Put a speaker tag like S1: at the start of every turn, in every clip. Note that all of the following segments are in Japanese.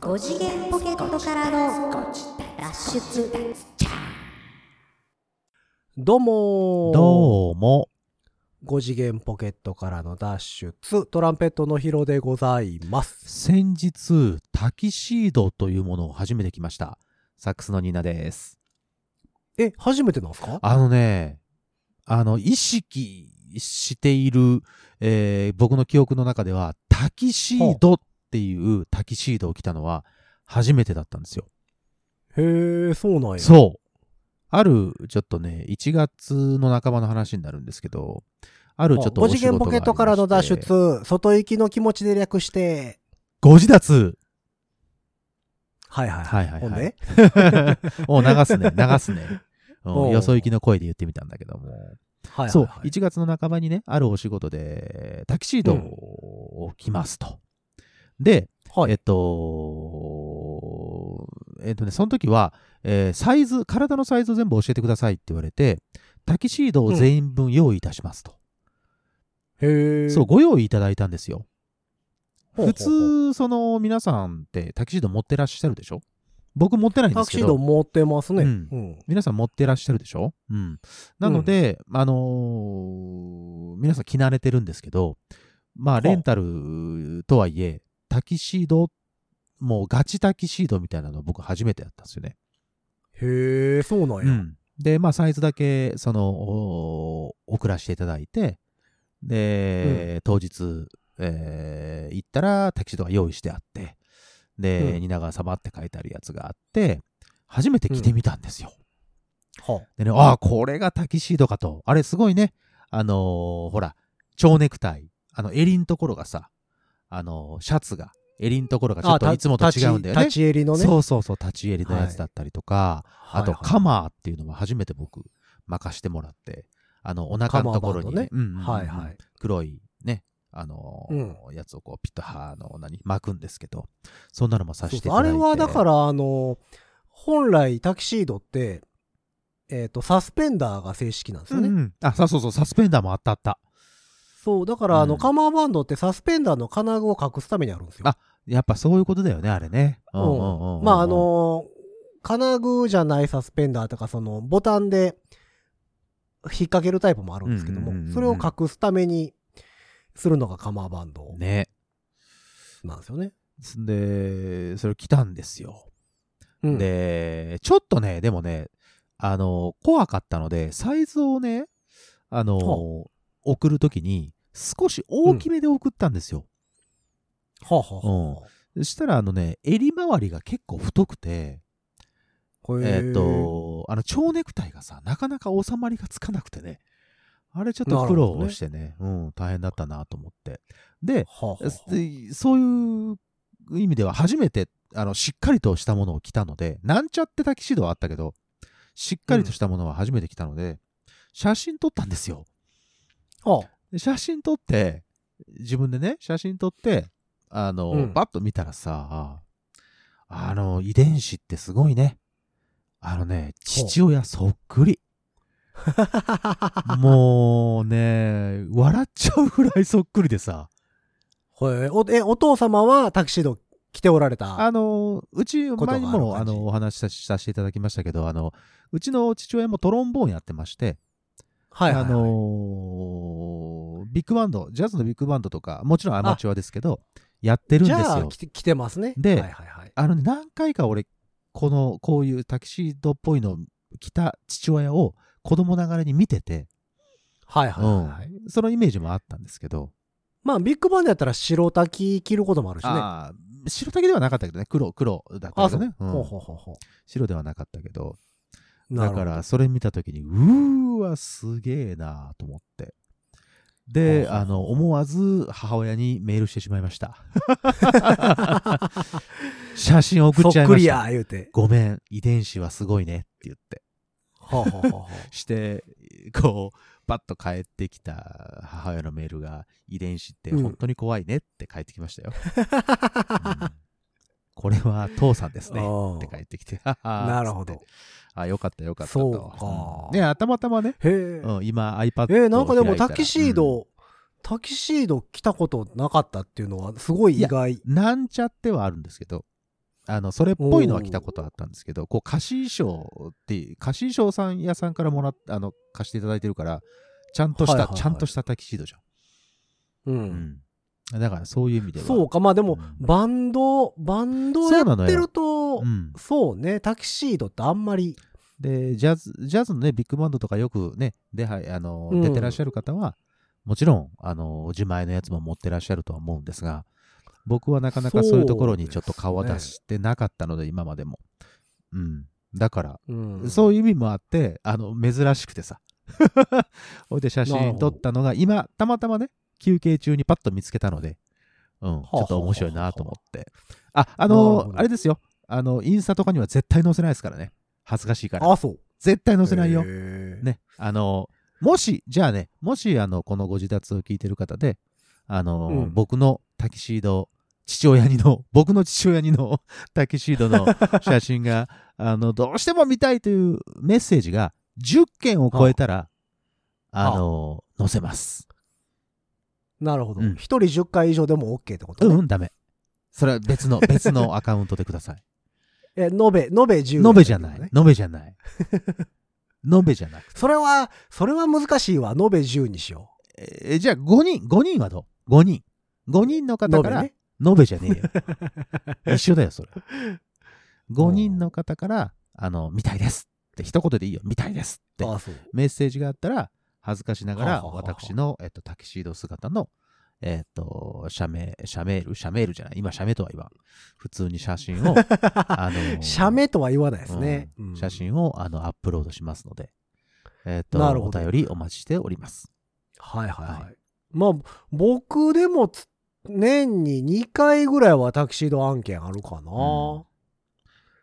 S1: 5次元ポケットからの脱出
S2: どうもー
S3: どうも。
S2: 5次元ポケットからの脱出トランペットのヒロでございます
S3: 先日、タキシードというものを初めて来ました。サックスのニーナです。
S2: え初めてなんですか
S3: あのね、あの、意識している、えー僕の記憶の中では、タキシードっていうタキシードを着たのは初めてだったんですよ。
S2: へえそうなんや
S3: そう。ある、ちょっとね、1月の半ばの話になるんですけど、あるちょっと
S2: 5
S3: お仕
S2: 次
S3: 事が
S2: 元ポケットからの脱
S3: ありまして。
S2: 出外行きの気持ちで略して
S3: ご自立
S2: はいはい
S3: はいはいはい
S2: ほんで
S3: を流すね、流すね。
S2: お
S3: うん
S2: う
S3: よそ行きの声で言ってみたんだけども。
S2: はいはいはい
S3: そう、1月の半ばにね、あるお仕事で、タキシードを着ますと。で、
S2: はい
S3: えっと、えっとね、その時は、えーサイズ、体のサイズを全部教えてくださいって言われて、タキシードを全員分用意いたしますと。
S2: へえ
S3: そう、ご用意いただいたんですよ。
S2: ほうほう
S3: 普
S2: ほう
S3: 通、その、皆さんってタキシード持ってらっしゃるでしょ僕持ってないんで
S2: タ
S3: す
S2: クシ
S3: け
S2: ード
S3: ど。
S2: 持ってますね、う
S3: うんん皆さん持ってらっしゃるでしょうん。なので、あのー皆さん着慣れてるんですけど、まあ、レンタルとはいえ、タキシード、もうガチタキシードみたいなの僕初めてやったんですよね。
S2: へえそうなんや、
S3: うん。で、まあ、サイズだけ、その、お送らせていただいて、で、当日、えー行ったらタキシードが用意してあって、で、
S2: うん
S3: 蜷川様って書いてあるやつがあって、初めて着てみたんですよ。
S2: は
S3: でね、ああ、これがタキシードかと。あれ、すごいね。あのーほら、蝶ネクタイ。あの、襟のところがさ、あのーシャツが、襟のところがちょっと
S2: た
S3: いつもと違うんだよね。
S2: 立ち襟のね
S3: そうそうそう、立ち襟のやつだったりとか、
S2: はい
S3: あと、
S2: はい
S3: カマーっていうのも初めて僕、任してもらって、あの、お腹のところに、ね、うんうんうん
S2: はいはい
S3: 黒いね、あのーやつをこう、ピッと、はの、何、巻くんですけど、そんなのもさ
S2: そう
S3: してい
S2: そ
S3: た
S2: う
S3: だ
S2: あ
S3: いて。、
S2: れはだかららあの本来タキシードってえっ、とサスペンダーが正式なんですよ
S3: うん
S2: ね、
S3: うん、あ、そうそうそう、サスペンダーもあったあった。
S2: そうだからあの、
S3: うん
S2: カマーバンドってサスペンダーの金具を隠すためにあるんですよ
S3: あやっぱそういうことだよね、あれね。う
S2: うん
S3: うんうんうん
S2: まああ、の金具じゃないサスペンダーとかそのボタンで引っ掛けるタイプもあるんですけども、
S3: うんうんうんうん
S2: それを隠すためにするのがカマーバンド
S3: ね。
S2: なんですよね、
S3: すんで、それ来たんですよ。
S2: うん、
S3: で、ちょっとね、でもね、あの、怖かったので、サイズをね、あの、送るときに、少し大きめで送ったんですよ。
S2: はあはあは
S3: そしたら、あのね、襟周りが結構太くて、
S2: あへ
S3: えーっと、あの、蝶ネクタイがさ、なかなか収まりがつかなくてね、あれちょっと苦
S2: なるほど
S3: 労
S2: ね
S3: してね、うん、大変だったなと思って。で、
S2: はあはあはあ
S3: でそういう意味では初めてあのしっかりとしたものを着たのでなんちゃってタキシードはあったけどしっかりとしたものは初めて着たので、写真撮ったんですよ
S2: はあ
S3: で写真撮って自分でね写真撮ってあの、
S2: うん
S3: バッと見たらさあの遺伝子ってすごいねあのね
S2: ほう
S3: 父親そっ くりもうね笑っちゃうぐらいそっくりでさ
S2: へえおえお父様はタキシード着ておられた。
S3: あの、うち、
S2: ことがあ
S3: 前
S2: る
S3: に
S2: 感じ
S3: も、あの、お話しささせていただきましたけど、あの、うちの父親もトロンボーンやってまして、
S2: はいはいはい、
S3: あのービッグバンド、ジャズのビッグバンドとか、もちろんアマチュアですけど、やってるん
S2: じ
S3: です
S2: ゃあ
S3: よ
S2: 着。て着てますね。
S3: で
S2: はいはいはい、
S3: あのね、何回か俺、この、こういうタキシードっぽいのを着た父親を子供ながらに見てて、
S2: はいはいはい。
S3: うんそのイメージもあったんですけど、
S2: まあビッグバンドやったら白タキ着ることもあるしね。あ
S3: あー白竹ではなかったけどね、黒、黒だったけ
S2: そ
S3: ど
S2: う、
S3: ね、うん
S2: ほうほうほうほ
S3: 白ではなかったけど、
S2: う。な
S3: だ
S2: るほ
S3: か
S2: ど
S3: ら、それ見たときに、うーわ、すげえなと思って。で、
S2: はあ
S3: あの、思わず母親にメールしてしまい ました。写真送っちゃ
S2: そっ
S3: いま
S2: く
S3: し
S2: り
S3: た。
S2: や言うて。
S3: ごめん、遺伝子はすごいねって言って。
S2: ほうほう ほうほう
S3: して、こう、パッと帰ってきた母親のメールが、遺伝子って
S2: うん
S3: 本当に怖いねって返ってきまし たよ。うんこれは父さんですね。
S2: うん
S3: って返ってきて、は は
S2: なるほど。
S3: つって。あ、よかったよかった
S2: そう
S3: と
S2: か。
S3: ね、あたまたまね、
S2: へえ。
S3: うん、今 iPad を開いた
S2: え
S3: ら
S2: ーなんかでもタキシード、タキシード着たことなかったっていうのはすごい意外。
S3: うんなんちゃってはあるんですけど、あの、それっぽいのは着たことあったんですけど、こう、貸衣装っていう、貸衣装さん屋さんからもらっあの、貸していただいてるから、ちゃんとした、
S2: はいはいはい
S3: ちゃんとしたタキシードじ
S2: う。
S3: ゃん。うんん。だから、そういう意味では。
S2: そうか、まあでも、
S3: うん
S2: バンド、バンドやってると
S3: う、ん。
S2: そうね、タキシードってあんまり、
S3: で、ジャズ、ジャズのね、ビッグバンドとかよくね、出はい、あの、
S2: うん
S3: 出てらっしゃる方は、もちろん、あの、自前のやつも持ってらっしゃるとは思うんですが、僕はなかなかそういうところにちょっと顔を出してなかったので、今までも。うん。だから、
S2: うん
S3: そういう意味もあって、あの、珍しくてさ。 ほいで写真撮ったのが、今、たまたまね、休憩中にパッと見つけたので、うん、ち
S2: あ
S3: ょっと面白いなと思って。あ、あ
S2: な
S3: の
S2: るほ
S3: ー
S2: ど
S3: あれですよ。あの、インスタとかには絶対載せないですからね。恥ずかしいから。
S2: あ、そう。
S3: 絶対載せないよ
S2: へ。ー
S3: ね。あのーもし、じゃあね、もし、あの、このご自宅を聞いてる方で、あのー
S2: うん
S3: 僕のタキシード、父親にの、 僕の父親にの タキシードの写真が、 あの、どうしても見たいというメッセージが、10件を超えたら、あのー載せます。
S2: なるほど。
S3: うん
S2: 一人10回以上でも OK ってこと
S3: う
S2: ね
S3: ん、うん、ダメ。それは別の、別のアカウントでくださ い。
S2: え、延べ、延べ10。
S3: 延べじゃない。。延べじゃない。 延べじゃない。
S2: それは、それは難しいわ。延べ10にしよ
S3: えーじゃあ5人、5人はどう ?5 人。5人の
S2: う。
S3: 方から、
S2: 延
S3: 延べじゃねえ よ。一緒だよ、それ。
S2: う
S3: 5
S2: ん
S3: 人の方から、あの、見たいですって、一言でいいよ、見たいですっ
S2: べ
S3: て
S2: ね。あ、そう。
S3: メッセージがあったら、恥ずかしなが
S2: は
S3: ら、
S2: あはあはあ
S3: 私の、えっと、タキシード姿の、えっと、社名、社メール、社メールじゃない、今、社名とは言わん。普通に写 真を、あのー
S2: 写メとは言わないですね。
S3: うん
S2: うん
S3: 写。真を、あの、アップロードしますので、えっと、
S2: なる
S3: お
S2: ほど
S3: 便りお待ちしております。
S2: はいはいは。
S3: はい
S2: まあ、僕でもつ年に2回ぐらいはタキシード案件あるかな。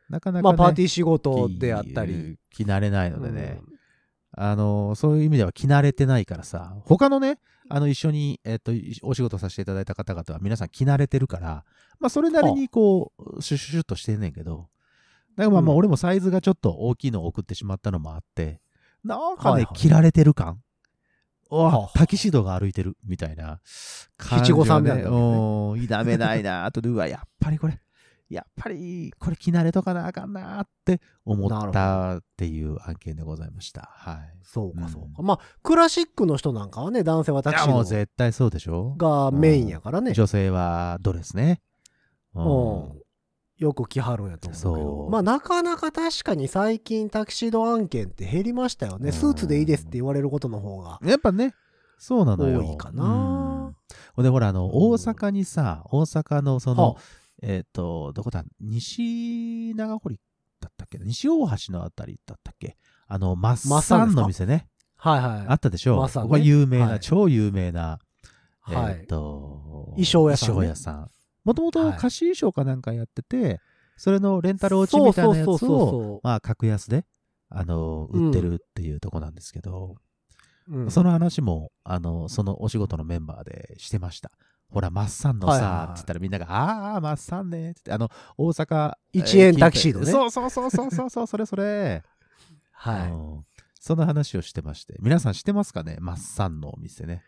S3: なかな
S2: ま
S3: か、
S2: あ、
S3: ね、
S2: パーティー仕事であったり。
S3: 気、気慣れないのでね。
S2: うん
S3: あの、そういう意味では着慣れてないからさ、他のね、あの、一緒に、えっと、いお仕事させていただいた方々は皆さん着慣れてるから、まあ、それなりにこう、シュッシュッシュッとしてんねんけど、だからまあ、
S2: うん
S3: まあ、俺もサイズがちょっと大きいのを送ってしまったのもあって、なんかね、
S2: はいはい
S3: 着られてる感うわ
S2: はあはあ
S3: タキシードが歩いてる、みたいな感
S2: 七
S3: じ
S2: 五
S3: は
S2: 三み
S3: ね、
S2: たいなね
S3: うん否めないなあとで、うわ、やっぱりこれ、やっぱり、これ着慣れとかなあかんなあって思っ
S2: な
S3: たっていう案件でございました。はい。
S2: そうかそう
S3: う
S2: か。まあ、クラシックの人なんかはね、男性はタ
S3: い
S2: キ
S3: や
S2: シ
S3: もう
S2: ー
S3: 絶対そうでしょ
S2: ドがメインやからね。
S3: 女性はドレスね。う
S2: うん。よく来はるんやと思うけ
S3: そ
S2: ど
S3: う
S2: まあなかなか確かに最近タキシード案件って減りましたよね、
S3: うん
S2: スーツでいいですって言われることの方が
S3: やっぱね、そうなのよ。
S2: 多いかな、
S3: うん。で、ほら、あの、大阪にさ、大阪のその
S2: は、
S3: えっと、どこだ、西長堀だったっけ西大橋のあたりだったっけあの、マッ
S2: マッサ
S3: サ
S2: ンで
S3: ン
S2: すか
S3: の店ね。
S2: はいはい
S3: あったでしょ
S2: マッサンね
S3: ここは有名
S2: は
S3: な、
S2: い
S3: 超有名な、
S2: は
S3: えーっ
S2: い、
S3: と、
S2: 衣装屋さんね
S3: 衣装屋さん。もともと
S2: はい
S3: 貸し衣装かなんかやってて、それのレンタル落ちみたいなや
S2: そう
S3: つ
S2: そうそう
S3: を、
S2: そ
S3: まあ、格安で、あの、売ってるっていうとこなんですけど、
S2: う、うん
S3: その話も、あの、そのお仕事のメンバーでしてました。ほら、マッサンの
S2: はいはいはい
S3: さ、って言ったらみんなが、ああ、マッサンね、って言って、あの、大阪。
S2: 一円タキシードね
S3: え近辺そうそうそうそうそう、それそれ。
S2: はい、
S3: うんその話をしてまして、皆さん知ってますかねマッサンのお店ね。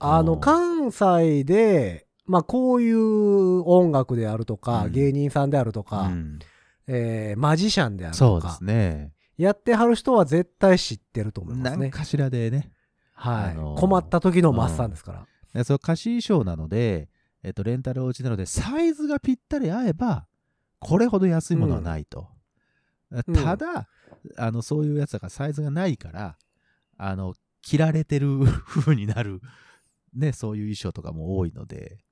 S2: あ
S3: う
S2: の
S3: ん
S2: 関西でまあこういう音楽であるとか、
S3: うん
S2: 芸人さんであるとか、
S3: うん
S2: えーマジシャンである
S3: そ
S2: と
S3: うで
S2: か、
S3: すね。
S2: やってはる人は絶対知ってると思います
S3: 何
S2: ね
S3: かしらでね。
S2: はい、
S3: あのー
S2: 困った時のマッサンですから、
S3: でその貸し衣装なので、えっと、レンタルおうちなので、サイズがぴったり合えば、これほど安いものはないと。
S2: ん
S3: ただ、あの、そういうやつだからサイズがないから、あの、着られてる 風になる、ね、そういう衣装とかも多いので、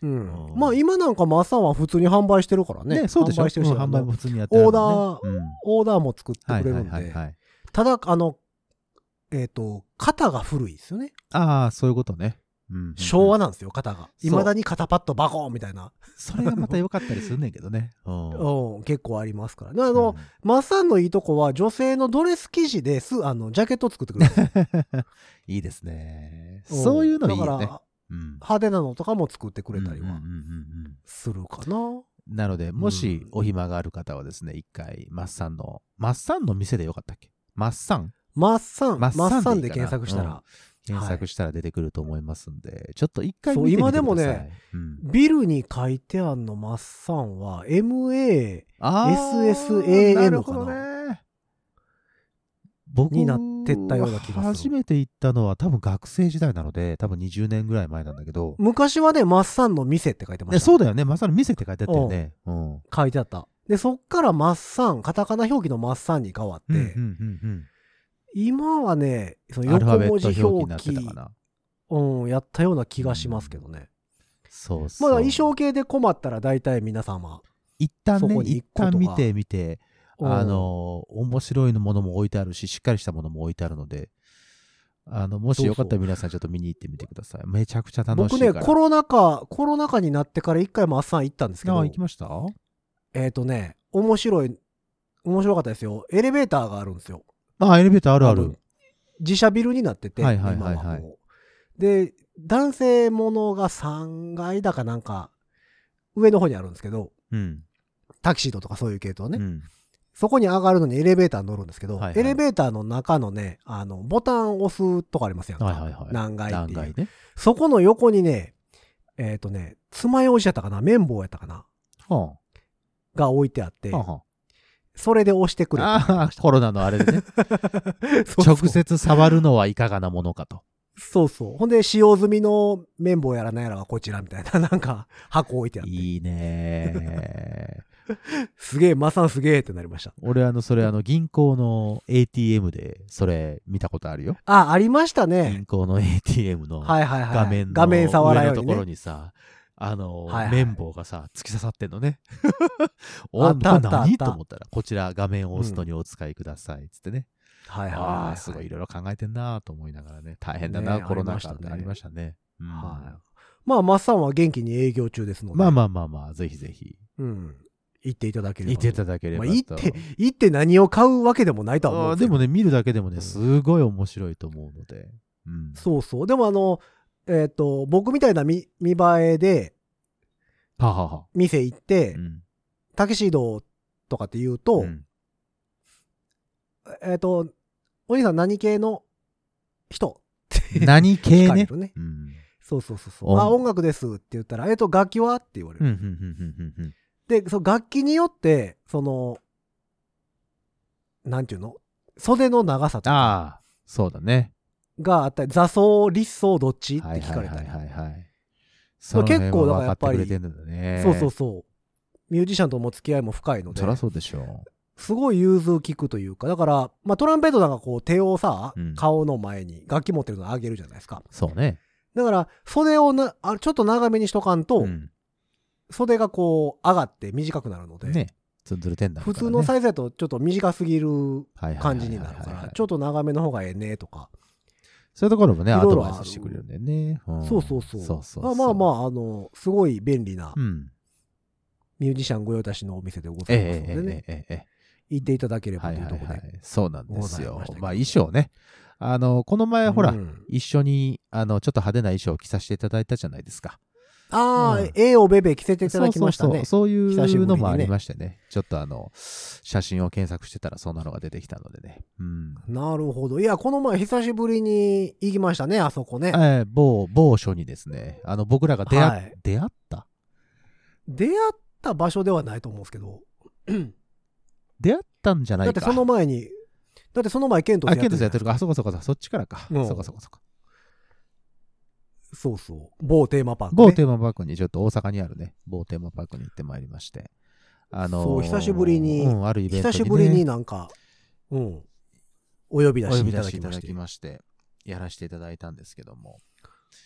S2: うん
S3: うん
S2: まあ今なんかマッサンは普通に販売してるからね
S3: ね、そうでしょ
S2: 販売してるし、
S3: うん販売も普通にやって
S2: オー
S3: る
S2: ダ
S3: も
S2: ー
S3: んね
S2: オーダーも作って
S3: うん
S2: くれるんで、
S3: はいはいはいはい。
S2: ただあのえっ、と肩が古いですよね
S3: ああ、そういうことね。うんうんうん
S2: 昭和なんですよ肩が
S3: そう
S2: いまだに肩パッドバコーンみたいな、
S3: それがまた良かったりするねんけどね。うん
S2: うん、結 構ありますからねあ
S3: あ
S2: の、マッサンのいいとこは女性のドレス生地ですあのジャケット作ってくれるんですよ
S3: いいですね。
S2: ん
S3: そういうのいいよ
S2: だか。
S3: ね
S2: ら
S3: うん
S2: 派手なのとかも作ってくれたり
S3: うんうん
S2: は
S3: うんうん
S2: するかな、
S3: うんなので、もし
S2: うん
S3: お暇がある方はですね、一回、マッサンの、マッサンの店でよかったっけマッサン
S2: マッサン
S3: マ
S2: マ
S3: ッ
S2: ッ
S3: サンでいいかな
S2: サンで検索したら、
S3: 検索したら出てくると思いますんで、ちょっと一回
S2: そう
S3: 見てみてください。
S2: 今でもね、
S3: うん、
S2: ビルに書いてあんのマッサンは MA
S3: あー
S2: SSAM
S3: なるほどね。僕
S2: になってったような気がする
S3: 初めて行ったのは多分学生時代なので、多分20年ぐらい前なんだけど、
S2: 昔はねマッサンの店って書いてま
S3: ね、
S2: した
S3: そうだよね。まさに店って書いてあったよね。うん。うん
S2: 書いてあったでそっからマッサンカタカナ表記のマッサンに変わって、
S3: うんうん
S2: 今はねそ
S3: うん。
S2: の
S3: アルファ
S2: 横
S3: ベ
S2: 文
S3: ッ
S2: 字
S3: ト表記に
S2: 表記
S3: なってたかな。
S2: うん、やったような気がしますけどね、
S3: そうそ
S2: ま
S3: う。
S2: あだから衣装系で困ったら大体皆様、
S3: 一旦
S2: そ
S3: ね
S2: こ、に行
S3: 一
S2: くこと
S3: 旦
S2: が
S3: 見てみて、
S2: うん
S3: あの、面白いものも置いてあるし、しっかりしたものも置いてあるので、あの、もしよかったら皆さんちょっと見に行ってみてください。めちゃくちゃ楽し
S2: 僕
S3: いから。
S2: ねコロナ禍コロナ禍になってから一回マッサン行ったんですけ
S3: あ
S2: ど
S3: あ行きました
S2: えっ、とね面白い面白かったですよエレベーターがあるんですよ
S3: あ、エレベーターあるある
S2: の。自社ビルになってて、
S3: はいはいはいはい
S2: 今はもうで男性ものが3階だかなんか上の方にあるんですけど
S3: うん。
S2: タキシードとかそういう系統ね、
S3: うん
S2: そこに上がるのにエレベーターに乗るんですけど、
S3: はいはい
S2: エレベーターの中のねあのボタンを押すとこありますやんか、
S3: はいはいはい。
S2: 何階って
S3: 何
S2: いう
S3: 階ね。
S2: そこの横にね、えっ、とね、爪楊枝やったかな綿棒やったかな
S3: は
S2: が置いてあって
S3: あ。、は
S2: それで押してくれ
S3: あ。ああ、コロナのあれ でね。
S2: そうそう
S3: 直接触るのはいかがなものかと。
S2: そうそう。ほんで、使用済みの綿棒やらなんやらがこちらみたいな、 なんか箱置いてあって、
S3: いいねー。
S2: すげえ、マサンすげえってなりました。
S3: 俺、あの、それ、あの、銀行の ATM で、それ、見たことあるよ。
S2: あ、ありましたね
S3: 銀。行の ATM の
S2: はいはいはい。
S3: 画面の
S2: 画面触ら
S3: 上
S2: よ
S3: の
S2: う
S3: と
S2: に
S3: ころ
S2: ね。
S3: にさ、あの
S2: はいは、い
S3: 綿棒がさ、突き刺さってんのね。
S2: あ
S3: お、
S2: っ
S3: こ
S2: たあ
S3: れ
S2: ったあ
S3: 何
S2: った
S3: と思ったら、こちら画面を押すのにお使いください。つってね。
S2: はいはいはい
S3: あ
S2: は
S3: あ、
S2: い。
S3: すごい、いろいろ考えてんなと思いながらね。大変だな、
S2: ね
S3: コロナ禍って
S2: あ
S3: あ
S2: り
S3: り
S2: ま
S3: ま
S2: し
S3: したね。うん
S2: はい。まあ、マッサンは元気に営業中ですので、
S3: まあまあまあまあ、ぜひぜひ、
S2: うん。行っていただければ
S3: 行
S2: と。
S3: っていただければ
S2: まあ、
S3: と。
S2: 行って、行って何を買うわけでもないとは思
S3: あ
S2: う
S3: ー
S2: ん
S3: です
S2: けど
S3: もね、見るだけでも
S2: うん
S3: ね、すごい面白いと思うので。うん
S2: そうそう。でもあの、えっ、と、僕みたいな見見栄えで
S3: ははは。
S2: 店行って、
S3: うん
S2: タキシードとかって言うと、
S3: うん
S2: えっ、と、お兄さん何系の人って
S3: 何
S2: 聞
S3: 系
S2: かれ
S3: ね。
S2: るね。
S3: うん
S2: そうそうそうそう。あ、
S3: お
S2: 音楽ですって言ったら、えっ、と、楽器はって言われ
S3: うん
S2: る。
S3: うんうんうんうんうん
S2: で、その楽器によって、その、なんていうの袖の長さとか
S3: ああ、そうだね。
S2: があったり、座奏、立奏どっちって
S3: はい
S2: 聞
S3: は
S2: か
S3: い
S2: れた
S3: はい
S2: り。
S3: はいはい。
S2: そ
S3: そう
S2: 結構だからやっぱり
S3: 分かってくれてるんだね。
S2: そうそうそう。ミュージシャンとも付き合いも深いので。
S3: そりゃそうでしょ
S2: すごい融通聞くというか、だから、まあ、トランペットなんかこう手をさ、
S3: うん
S2: 顔の前に楽器持ってるの上げるじゃないですか。
S3: う。そうね。
S2: だから、袖をなあちょっと長めにしとかんと、
S3: うん
S2: 袖がこう上がって短くなるので、
S3: ね。ツンツルテンダー
S2: 普通のサイズだとちょっと短すぎる
S3: イ
S2: 感じになるから、ちょっ
S3: っと。
S2: と長めの方がええねとか、
S3: そういうところもね、
S2: いろ
S3: ア
S2: いろ
S3: ドバイスしてくれるんだよね。ん
S2: そうそうそう。
S3: そうそう。
S2: まあまあまあ、あの、すごい便利な
S3: あ。うん。
S2: ミュージシャン御用達のお店でございますの
S3: ええ
S2: でね、
S3: ええええええ。
S2: 行っていただければ
S3: はい
S2: という
S3: はい
S2: ところで。
S3: はい。そうなんです
S2: ご
S3: よ
S2: ざいましたけ。ど
S3: まあ衣装ね。あの、この前ほら
S2: う、ん
S3: 一緒に、あの、ちょっと派手な衣装を着させていただいたじゃないですか。
S2: ああ、
S3: うん
S2: ええおべべ着せていただきましたね。
S3: そうそうそうそうい
S2: 久しぶりにね
S3: うのもありましてねちょっとあの写真を検索してたらそんなのが出てきたのでね、うん
S2: なるほど。いや、この前久しぶりに行きましたね、あそこね。
S3: えー某某所にですねあの僕らが出会,、
S2: はい
S3: 出会った
S2: 出会った場所ではないと思うんですけど。
S3: 出会ったんじゃない
S2: だっ
S3: か
S2: てその前に、だってその前、ケント
S3: あ
S2: ス
S3: ケントさんやって
S2: る
S3: るかあそうかそうかそっちからか、
S2: うん
S3: そうかそうかそうか
S2: そうそう。某テーマパーク、ね。
S3: 某テーマパークにちょっと大阪にあるね某テーマパークに行ってまいりましてあのー
S2: そう久しぶりに
S3: うん、あるイベント
S2: 久
S3: に、ね、
S2: しぶりになんか、うん。お呼び
S3: お
S2: 出し
S3: 呼
S2: い
S3: び
S2: た
S3: 出
S2: だ
S3: し
S2: き
S3: いた
S2: まし
S3: だ
S2: て
S3: き。ましてやらせていただいたんですけども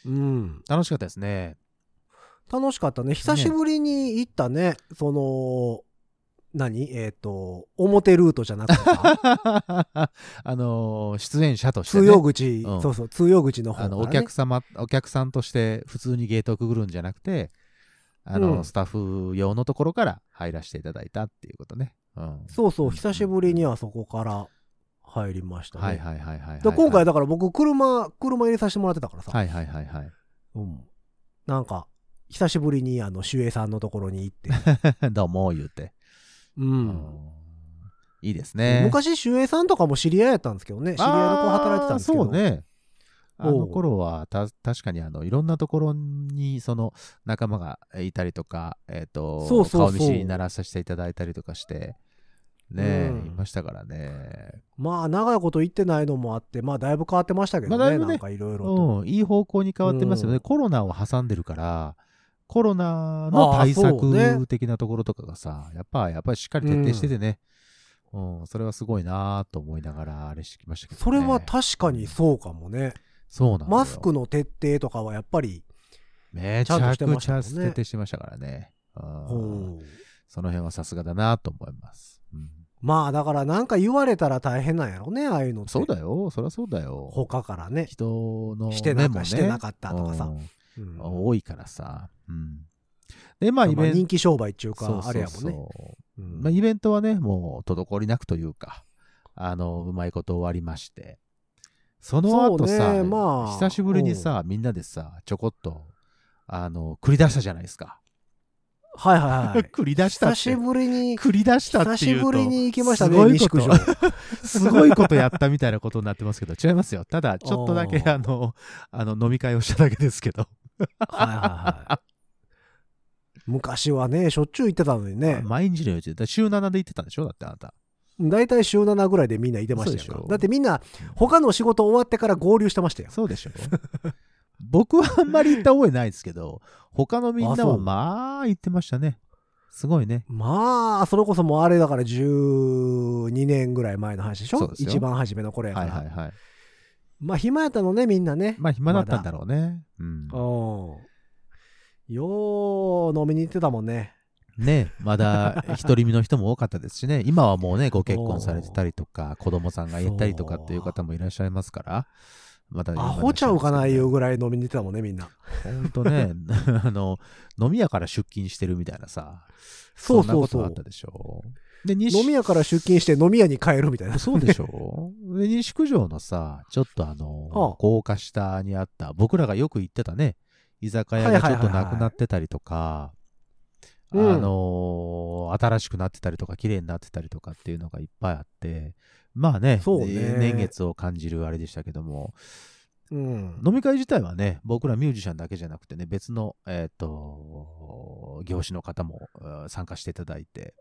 S2: うん。
S3: 楽しかったですね
S2: 楽しかったね。久しぶりに行ったね。その、何えっ、と、表ルートじゃなくて さ
S3: あのー出演者として、
S2: 通
S3: ね、
S2: 用口、
S3: うん
S2: そうそう、通用口の方か
S3: あ
S2: ら、ね。
S3: のお客様、お客さんとして普通にゲートをくぐるんじゃなくて、あの、
S2: うん
S3: スタッフ用のところから入らせていただいたっていうことね。うん。
S2: そうそう、久しぶりにはそこから入りましたね。
S3: はいはいはいはいはい、
S2: で今回だから僕車車入れさせてもらってたからさ、
S3: はいはいはいはい。
S2: うん、なんか久しぶりにあの守衛さんのところに行って、
S3: どうも言うて。
S2: う、。
S3: うんいいですね。
S2: 昔守衛さんとかも知り合いやったんですけどね知り合いの子働いてたんですけど
S3: あーそうね。あ
S2: お
S3: の
S2: う
S3: 頃はた確かにあのいろんなところにその仲間がいたりとか、えっと
S2: そうそうそう
S3: 顔見知りにならさせていただいたりとかしてね、
S2: うん
S3: いましたからね、
S2: まあ、長いこと言ってないのもあって、まあ、だいぶ変わってましたけどね、
S3: まあだいぶね
S2: なんかいろいろと。
S3: うん、いい方向に変わってますよね、
S2: うん
S3: コロナを挟んでるからコロナの対
S2: ああそうね
S3: 策的なところとかがさ、やっぱやっぱりしっかり徹底しててね、うんそれはすごいなと思いながらあれしてきましたけど、ね、
S2: それは確かにそうかもね。
S3: そうなんだよ
S2: マスクの徹底とかはやっぱり、
S3: めちゃくちゃ捨ててしましたからね。うん
S2: うん
S3: その辺はさすがだなと思います。うん
S2: まあ、だからなんか言われたら大変なんやろね、ああいうのって。
S3: そうだよ、そりゃそうだよ。
S2: 他からね。
S3: 人の
S2: して
S3: 目
S2: な
S3: もね
S2: かしてなかったとかさ。
S3: うん
S2: うん
S3: 多いからさ。うんで、まあイ
S2: まあ
S3: ベン
S2: 人
S3: ト
S2: 気商売っていう
S3: そう
S2: か、あれやもん
S3: そう
S2: ね。
S3: そう
S2: うん
S3: まあイベントはね、もう滞りなくというか、あの、うまいこと終わりまして。その後
S2: そう
S3: さ、
S2: ねまあ
S3: 久しぶりにさ、みんなでさ、ちょこっと、あの、繰り出したじゃないですか。
S2: はいはいはい。
S3: 繰り出したっ
S2: 久
S3: て。
S2: しぶりに、
S3: 繰り出したっていうと
S2: 久しぶりに行きましたね、
S3: すごい
S2: 西
S3: こ
S2: 九条
S3: と。すごいことやったみたいなことになってますけど違いますよただちょっ とだけ
S2: おー
S3: あのあの飲み会をしただけですけ ど、
S2: はいはいはい。昔はね、しょっちゅう行ってたのにね、
S3: 毎日のようにだから週7で行ってたんでしょだってあ なた
S2: 大体週7ぐらいでみんな行ってました
S3: そうで
S2: よ
S3: しょ。
S2: だってみんな、他の仕事終わってから合流してましたよ。
S3: そうでしょ 僕はあんまり行った覚えないですけど他のみん
S2: あ
S3: な
S2: そ
S3: は
S2: う
S3: まあ行ってましたねすごいね
S2: まあ、それこそもうあれだから12年ぐらい前の話でし
S3: そう
S2: ょ
S3: ですよ
S2: 一番初めの頃やか
S3: はい
S2: ら。
S3: はいはい
S2: まあ、暇やったのね、みんなね。
S3: まあ暇だったんだろうね、うん
S2: うん。よう飲みに行ってたもんね。
S3: ねまだ独り身の人も多かったですしね今はもうねご結婚されてたりとか子供さんがいたりとかっていう方もいらっしゃいますからまた
S2: アホちゃうかないうぐらい飲みに行ってたもんね、みんな。
S3: 本当ね あの飲み屋から出勤してるみたいなさ
S2: そうん
S3: な
S2: そう
S3: こと
S2: そ
S3: があ
S2: う
S3: った。でしょで西
S2: 飲み屋から出勤して飲み屋に帰るみたいな。
S3: そうでしょ で西九条のさちょっとあの
S2: ああ
S3: 高架下にあった僕らがよく行ってたね居酒屋
S2: はい
S3: が
S2: は
S3: ち
S2: い
S3: ょ
S2: は
S3: っ
S2: い
S3: と
S2: はい
S3: なくなってたりとか、
S2: うん
S3: あの新しくなってたりとか綺麗になってたりとかっていうのがいっぱいあってまあね
S2: そうね
S3: えー年月を感じるあれでしたけども
S2: うん。
S3: 飲み会自体はね、僕らミュージシャンだけじゃなくてね、別の、えっ、と、業種の方もえー参加していただいて、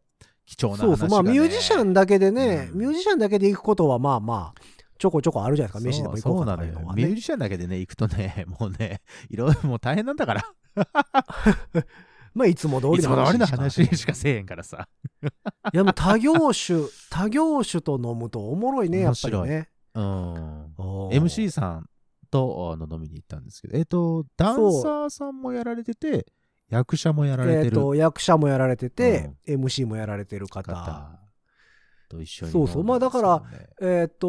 S3: 貴重な話
S2: そ
S3: が、ね、
S2: うそう。まあ、ミュージシャンだけでね、
S3: うん
S2: ミュージシャンだけで行くことは、まあまあ、ちょこちょこあるじゃないですか。飯でも行こうかとかいう
S3: そ
S2: の
S3: うなの
S2: は
S3: よミュー
S2: ね。
S3: ジシャンだけでね、行くとね、 もうね、いろいろもう大変なんだから、
S2: まあ、いつも通
S3: い
S2: り
S3: つ
S2: の
S3: も通りの
S2: 話
S3: 話しかせえへんからさ。
S2: いや、もう多業種、 多業種と飲むとおもろいね、やっぱりね。
S3: うん。
S2: おー
S3: MC さんとあの飲みに行ったんですけど、えっ、と、ダンサーさんもやられてて、役者もやられ
S2: え
S3: て
S2: っ
S3: る
S2: と、役者もやられてて、MC もやられてる方。
S3: 方と一緒に、
S2: そうそうまあだから、えっと、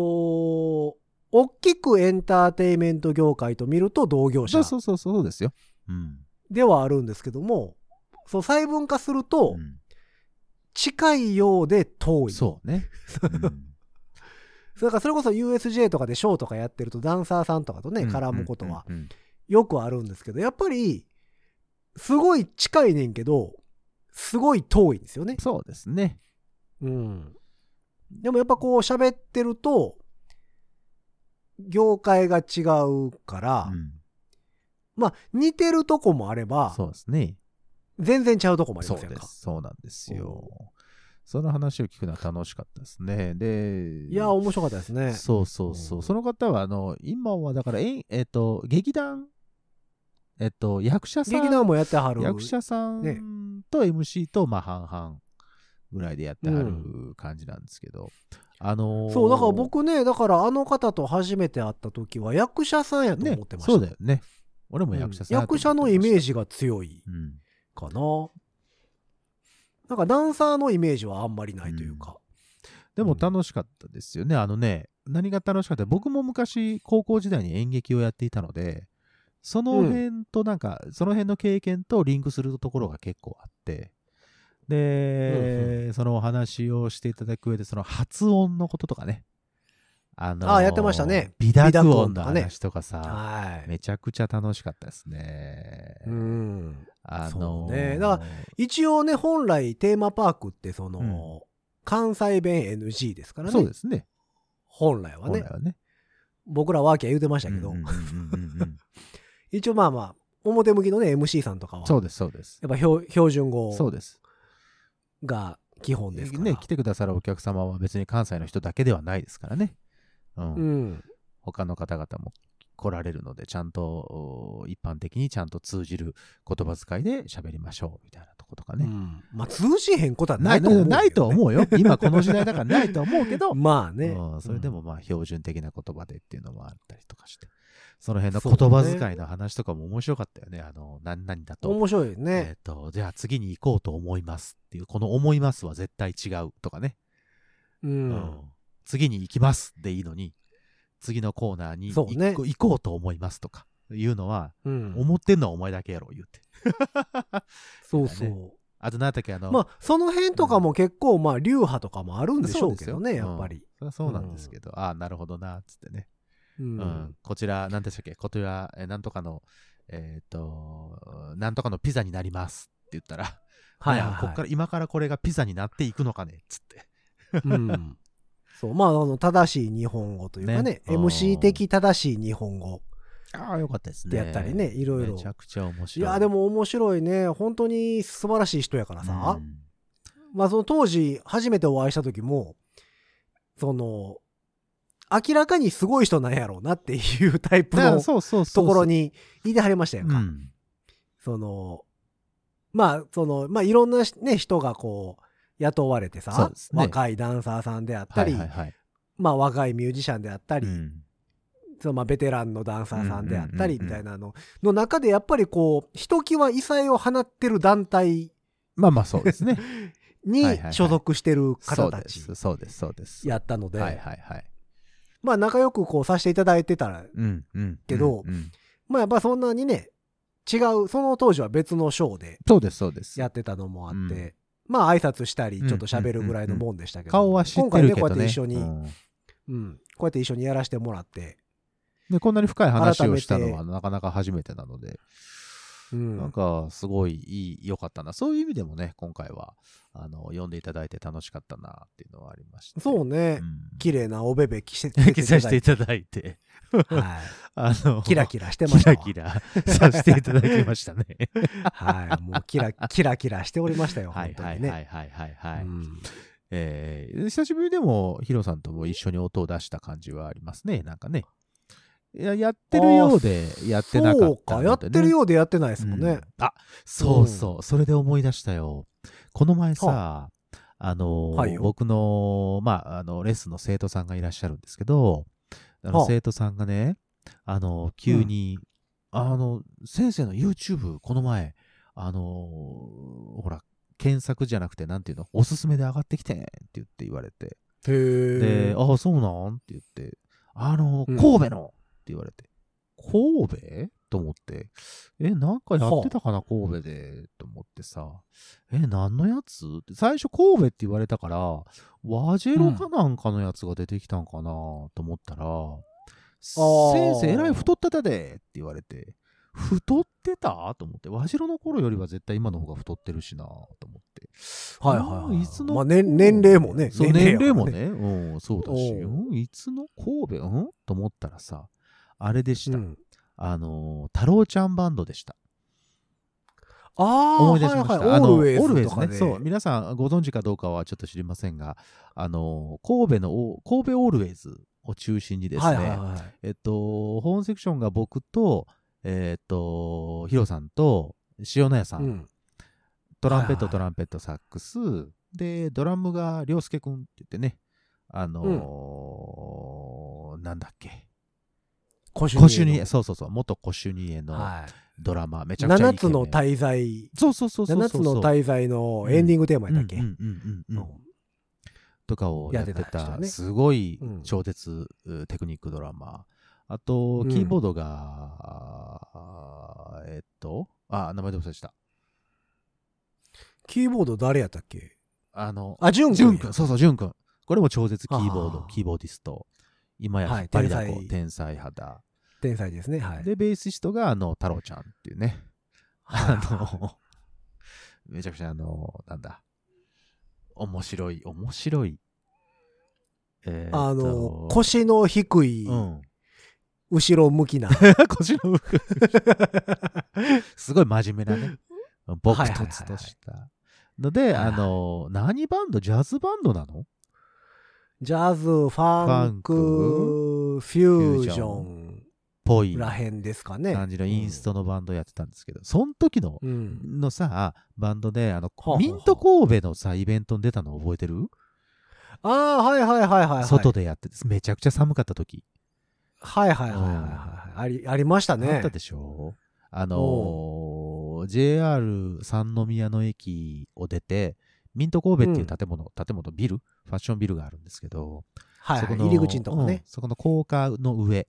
S2: 大きくエンターテインメント業界と見ると同業
S3: そ
S2: 者
S3: うそうそうそうですよ。うん。
S2: ではあるんですけども、そう、細分化すると
S3: う、ん
S2: 近いようで遠い。
S3: そ うね。
S2: だからそれこそ USJ とかでショーとかやってるとダンサーさんとかとね、
S3: うん
S2: 絡むことは。
S3: うんうんうん
S2: よくあるんですけど、やっぱり、すごい近いねんけど、すごい遠いんですよね。
S3: そうですね。
S2: うん。でもやっぱこう喋ってると、業界が違うから、
S3: うん
S2: まあ似てるとこもあれば、
S3: そうですね。
S2: 全然ちゃうとこもあり
S3: そ
S2: ま
S3: う
S2: すよ
S3: で
S2: か。
S3: す。そうなんですよ
S2: う。
S3: その話を聞くのは楽しかったですね。で、
S2: いや、面白かったですね。
S3: そうそうそうう。
S2: ん
S3: その方は、あの、今はだから、えんえっと、劇団、えっと、役者さ
S2: 劇団
S3: ん、
S2: もやってはる。
S3: 役者さ
S2: ね
S3: んと MC と、まあ、半々ぐらいでやっては
S2: う
S3: る感じなんですけど、あのー
S2: そう、だから僕ね、だからあの方と初めて会った時は役者さんやと
S3: ね
S2: 思って、ました。
S3: そうだよね。俺も役者さ
S2: う
S3: ん、
S2: ん役者のイメー
S3: ジ。
S2: ジが強い
S3: うん。
S2: かな。なんかダンサーのイメージはあんまりないというか。
S3: でも楽しかったですよね。あのね、何が楽しかった僕も昔、高校時代に演劇をやっていたので、その辺となんか、その辺の経験とリンクするところが結構あって、で、そのお話をしていただく上で、その発音のこととかね。あのー
S2: あやってましたね
S3: 美濁
S2: 美
S3: 音
S2: 濁音と
S3: の
S2: かね
S3: 話とかさ、
S2: はい。
S3: めちゃくちゃ楽しかったですね。
S2: うん。
S3: あ
S2: そ
S3: の
S2: う
S3: ー
S2: ねだか一応ね、本来テーマパークってその、
S3: うん
S2: 関西弁 NG ですからね。
S3: そうですね。
S2: 本来は
S3: 本
S2: ね
S3: 来。はね。
S2: 僕らワーキャー言うてましたけど、
S3: うんうんうん うんうん
S2: 一応まあまあ、表向きのね、MC さんとかは、
S3: そうです、そうです。
S2: やっぱ標標準語
S3: そうです。
S2: が基本ですから。
S3: ね、来てくださるお客様は別に関西の人だけではないですからね。うん
S2: うん。
S3: 他の方々も来られるので、ちゃんとお一般的にちゃんと通じる言葉遣いで喋りましょうみたいなとことか
S2: う
S3: ね。
S2: んまあ、通じへんことはな
S3: ないい
S2: と思う、
S3: ないとは思うよ。今この時代だからないとは思うけど、
S2: まあ ね。
S3: うんそれでもまあ標準的な言葉でっていうのもあったりとかして、その辺の
S2: そうだ
S3: 言
S2: ね
S3: 葉遣いの話とかも面白かったよね。あの、何々だと。
S2: 面白いよ
S3: え
S2: ね。
S3: っと、じゃあ次に行こうと思いますっていう、この思いますは絶対違うとかね。
S2: う。
S3: うん次に行きますでいいのに、次のコーナーに
S2: そうね
S3: 行こ行こうと思いますとかいうのは、
S2: うん。
S3: 思ってんのはお前だけやろ、言うて。
S2: そうそ
S3: だ
S2: う。
S3: あと何だったっけ、あの、
S2: まあ、その辺とかも結構、まあ、流派とかもあるんでしょうけどね、
S3: そうですよ
S2: やっぱり。
S3: そりゃそうなんですけど、ああ、なるほどな、つってね。
S2: う
S3: うんん。こちら、なんでしたっけこちら、えーなんとかの、えっ、と、なんとかのピザになりますって言ったら、
S2: はい
S3: やこ
S2: は
S3: っ
S2: い
S3: か
S2: は
S3: ら、今からこれがピザになっていくのかねっつって。
S2: い。うんそう、まあ、あの、正しい日本語というかね
S3: ね、う
S2: MC
S3: ん
S2: 的正しい日本語
S3: ああ、よかったです
S2: でやったりね、。いろいろ
S3: めち。ゃくちゃ面
S2: い
S3: 白い。
S2: や、でも面白いね。本当に素晴らしい人やから
S3: うん、
S2: さ。まあ、その当時、初めてお会いした時も、その、明らかにすごい人なんやろうなっていうタイプ
S3: だから
S2: の
S3: そうそうそうそう
S2: ところ、にいてはりましたやん
S3: う
S2: か。
S3: ん、
S2: その、まあ、その、まあ、いろんなしね、人がこう、雇われて
S3: そう
S2: さ、
S3: ですね
S2: 若いダンサーさんであった
S3: は
S2: り、
S3: いはいはい。
S2: まあ、若いミュージシャンであったり、
S3: うん
S2: その、まあ、ベテランのダンサーさんであったり、
S3: うんうんうんうん
S2: みたいなの、の中で、やっぱりこう、ひときわ異彩を放ってる団体
S3: まあまあ、 そうですね。
S2: に
S3: はいはいはい
S2: 所属してる
S3: そ
S2: 方
S3: う
S2: た
S3: で
S2: ち
S3: す、そうです、そうです。
S2: やったので、
S3: はいはいはい。
S2: まあ、仲良くこう、させていただいてたら、
S3: うん、うん。
S2: けど
S3: うんうん
S2: まあ、やっぱそんなにね、違う、その当時は別のショーで
S3: そうです、そうです。
S2: やってたのもあって、
S3: うん
S2: まあ挨拶したりちょっと喋るぐらいのもんでしたけど、
S3: 顔は知ってるけど
S2: 今
S3: ね。
S2: 回ねこうやって一緒に、う
S3: うんん
S2: こうやって一緒にやらせてもらって、
S3: で、こんなに深い話
S2: 改め
S3: を
S2: て
S3: したのはなかなか初めてなので、
S2: うん
S3: なんかすごいいい、良かったな。そういう意味でもね、今回は、あの、呼んでいただいて楽しかったなっていうのはありました。
S2: そうね、
S3: うん。
S2: 綺麗なおべべ着せ
S3: 着させてい
S2: て
S3: ただいて、
S2: いただいて、はい、
S3: あの、
S2: キラキラしてま
S3: キ
S2: した
S3: ラ
S2: わ
S3: キラさせていただきました ね。
S2: はい、もうキ ラキラキラしておりましたよ
S3: は
S2: 本
S3: い
S2: 当
S3: はい
S2: にね、
S3: はいはいはいはい。
S2: うん
S3: えー久しぶりでもヒロさんとも一緒に音を出した感じはありますね、なんかね。いややってるようでやってなか
S2: そ
S3: っ
S2: うか
S3: たので、ね。
S2: やってるようでやってないですもん
S3: う
S2: ね
S3: ん、あそうそう、それで思い出したよ。この前さ、あの、
S2: はいよ
S3: 僕の、まあ、あの、レッスンの生徒さんがいらっしゃるんですけど、あ
S2: は
S3: の
S2: あ
S3: 生徒さんがね、あの、急に、あの、先生の YouTube、この前、あの、ほら、検索じゃなくて、なんていうの、おすすめで上がってきてんって言って言われて、
S2: へ
S3: で
S2: え、
S3: ああ、そうなんって言って、あの、
S2: うん
S3: 神戸の、って言われて、神戸と思って、え、なんかやってたかな、神戸で、と思ってさ、え、何のやつって最初神戸って言われたから、ワジェロかなんかのやつが出てきたんかな、と思ったら、先生、えらい太ってたでって言われて、太ってたと思って、ワジロの頃よりは絶対今の方が太ってるしなと思って。
S2: はいはいはい
S3: うんつの
S2: まあ年年齢もね
S3: そう
S2: 年齢
S3: 年齢
S2: も
S3: も
S2: ね
S3: ね。うん、そうだし、
S2: おう
S3: うんいつの神戸、うんと思ったらさ、あれでし
S2: う
S3: た。
S2: ん
S3: あのー、太郎ちゃんバンドでした。
S2: ああ
S3: 思い出しました。
S2: はいはい、
S3: あの
S2: オールウェイズ
S3: オ
S2: と
S3: ー
S2: か
S3: ルウェイ
S2: で、
S3: ズね。そう、皆さんご存知かどうかはちょっと知りませんが、あのー、神戸のお、神戸オールウェイズを中心にですね、
S2: はいはいはい
S3: えっと、ホーンセクションが僕と、えっと、ヒロさんと、塩野屋さん、
S2: うん
S3: トランペッ
S2: はいはいは
S3: ト、
S2: い
S3: トランペット、サックス、で、ドラムが、りょうすけくんって言ってね、あのーなんだっけ、
S2: コシ
S3: コシュニエ、
S2: の
S3: そうそうそう、元コシュニエの
S2: はい
S3: ドラマ、めちゃくちゃいい
S2: 7つの
S3: イ
S2: 滞在
S3: そうそうそうそうそ
S2: 7つ
S3: う。
S2: の滞在のエンディングテーマやったっけ、
S3: うんうんうんうんうんとかをやって
S2: やってた人
S3: た、
S2: ね
S3: すごい
S2: うん
S3: 超絶うテクニックドラマー。あと、
S2: うん
S3: キーボードが、あーえっと、あ、名前で忘れした。
S2: キーボード誰やったっけ
S3: あの、
S2: あ、ジュン
S3: ジュン
S2: 君
S3: 君、そうそう、ジュン君。これも超絶キーボー
S2: は
S3: ド
S2: あ、
S3: キーボーディスト。今や
S2: はい
S3: 引っ張りだこ、
S2: 天才
S3: 天才肌。
S2: 天才ですね。はい。
S3: で、ベーシストが、あの、太郎ちゃんっていうね。
S2: はい
S3: あの、めちゃくちゃあの、なんだ。面白い、面白い。えーっと
S2: あの、腰の低い、
S3: うん。
S2: 後ろ向きな。
S3: 腰の部分すごい真面目なね。僕とつとした。ので、
S2: はいは
S3: あ
S2: い
S3: の、何バンドジャズバンドなの
S2: ジャズ、ファンク、フュージョン
S3: ぽい
S2: らへんですかね。
S3: 感じのインストのバンドやってたんですけど、その時の、
S2: うん。
S3: のさ、バンドで、あの
S2: あはあは、あ
S3: ミント神戸のさ、イベントに出たの覚えてる
S2: ああ、はいはいはいはいはい。
S3: 外でやってて、めちゃくちゃ寒かった時。
S2: はいはいはいはいはい。あり、ありましたね。
S3: あったでしょあのー JR 三宮の駅を出て、ミント神戸っていう建物、建物ビルファッションビルがあるんですけど、
S2: はい
S3: そ
S2: は
S3: こ
S2: い。
S3: の
S2: 入り口のとこ
S3: うん
S2: ね。
S3: そこの高架の上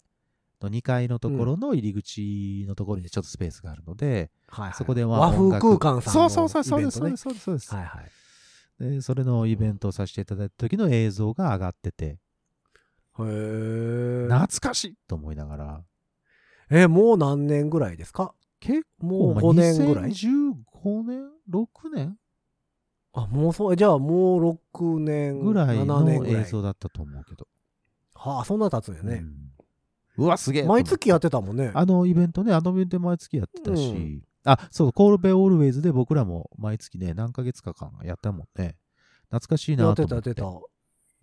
S3: の2階のところの入り口のところにちょっとスペースがあるので、
S2: はいはい。
S3: そこでは
S2: 和
S3: 音
S2: 風
S3: 楽
S2: 空間さんのイベント、ね。
S3: そうそうそうそうです、そうです、そうです。そうです
S2: はいはい。
S3: でそれのイベントをさせていただいた時の映像が上がってて、
S2: へー
S3: 懐かしいと思いながら、
S2: え、もう何年ぐらいですか
S3: 結
S2: も
S3: 構、
S2: う
S3: まあ
S2: 5年ぐらい
S3: 2015年 ?6 年
S2: あ、もうそう、じゃあもう6年、
S3: ぐらい
S2: 7年
S3: の
S2: ぐら
S3: 映
S2: い。
S3: 像だったと思うけど。
S2: はあ、そんな経つんやね。
S3: うんうわ、すげえ
S2: 毎月やってたもんね。
S3: あのイベントね、あのイベント毎月やってたし、
S2: うん
S3: あ、そう、コールベイオールウェイズで僕らも毎月ね、何ヶ月か間やったもんね。懐かしい
S2: や
S3: な
S2: っ
S3: と
S2: て
S3: 思って。
S2: た、やってた。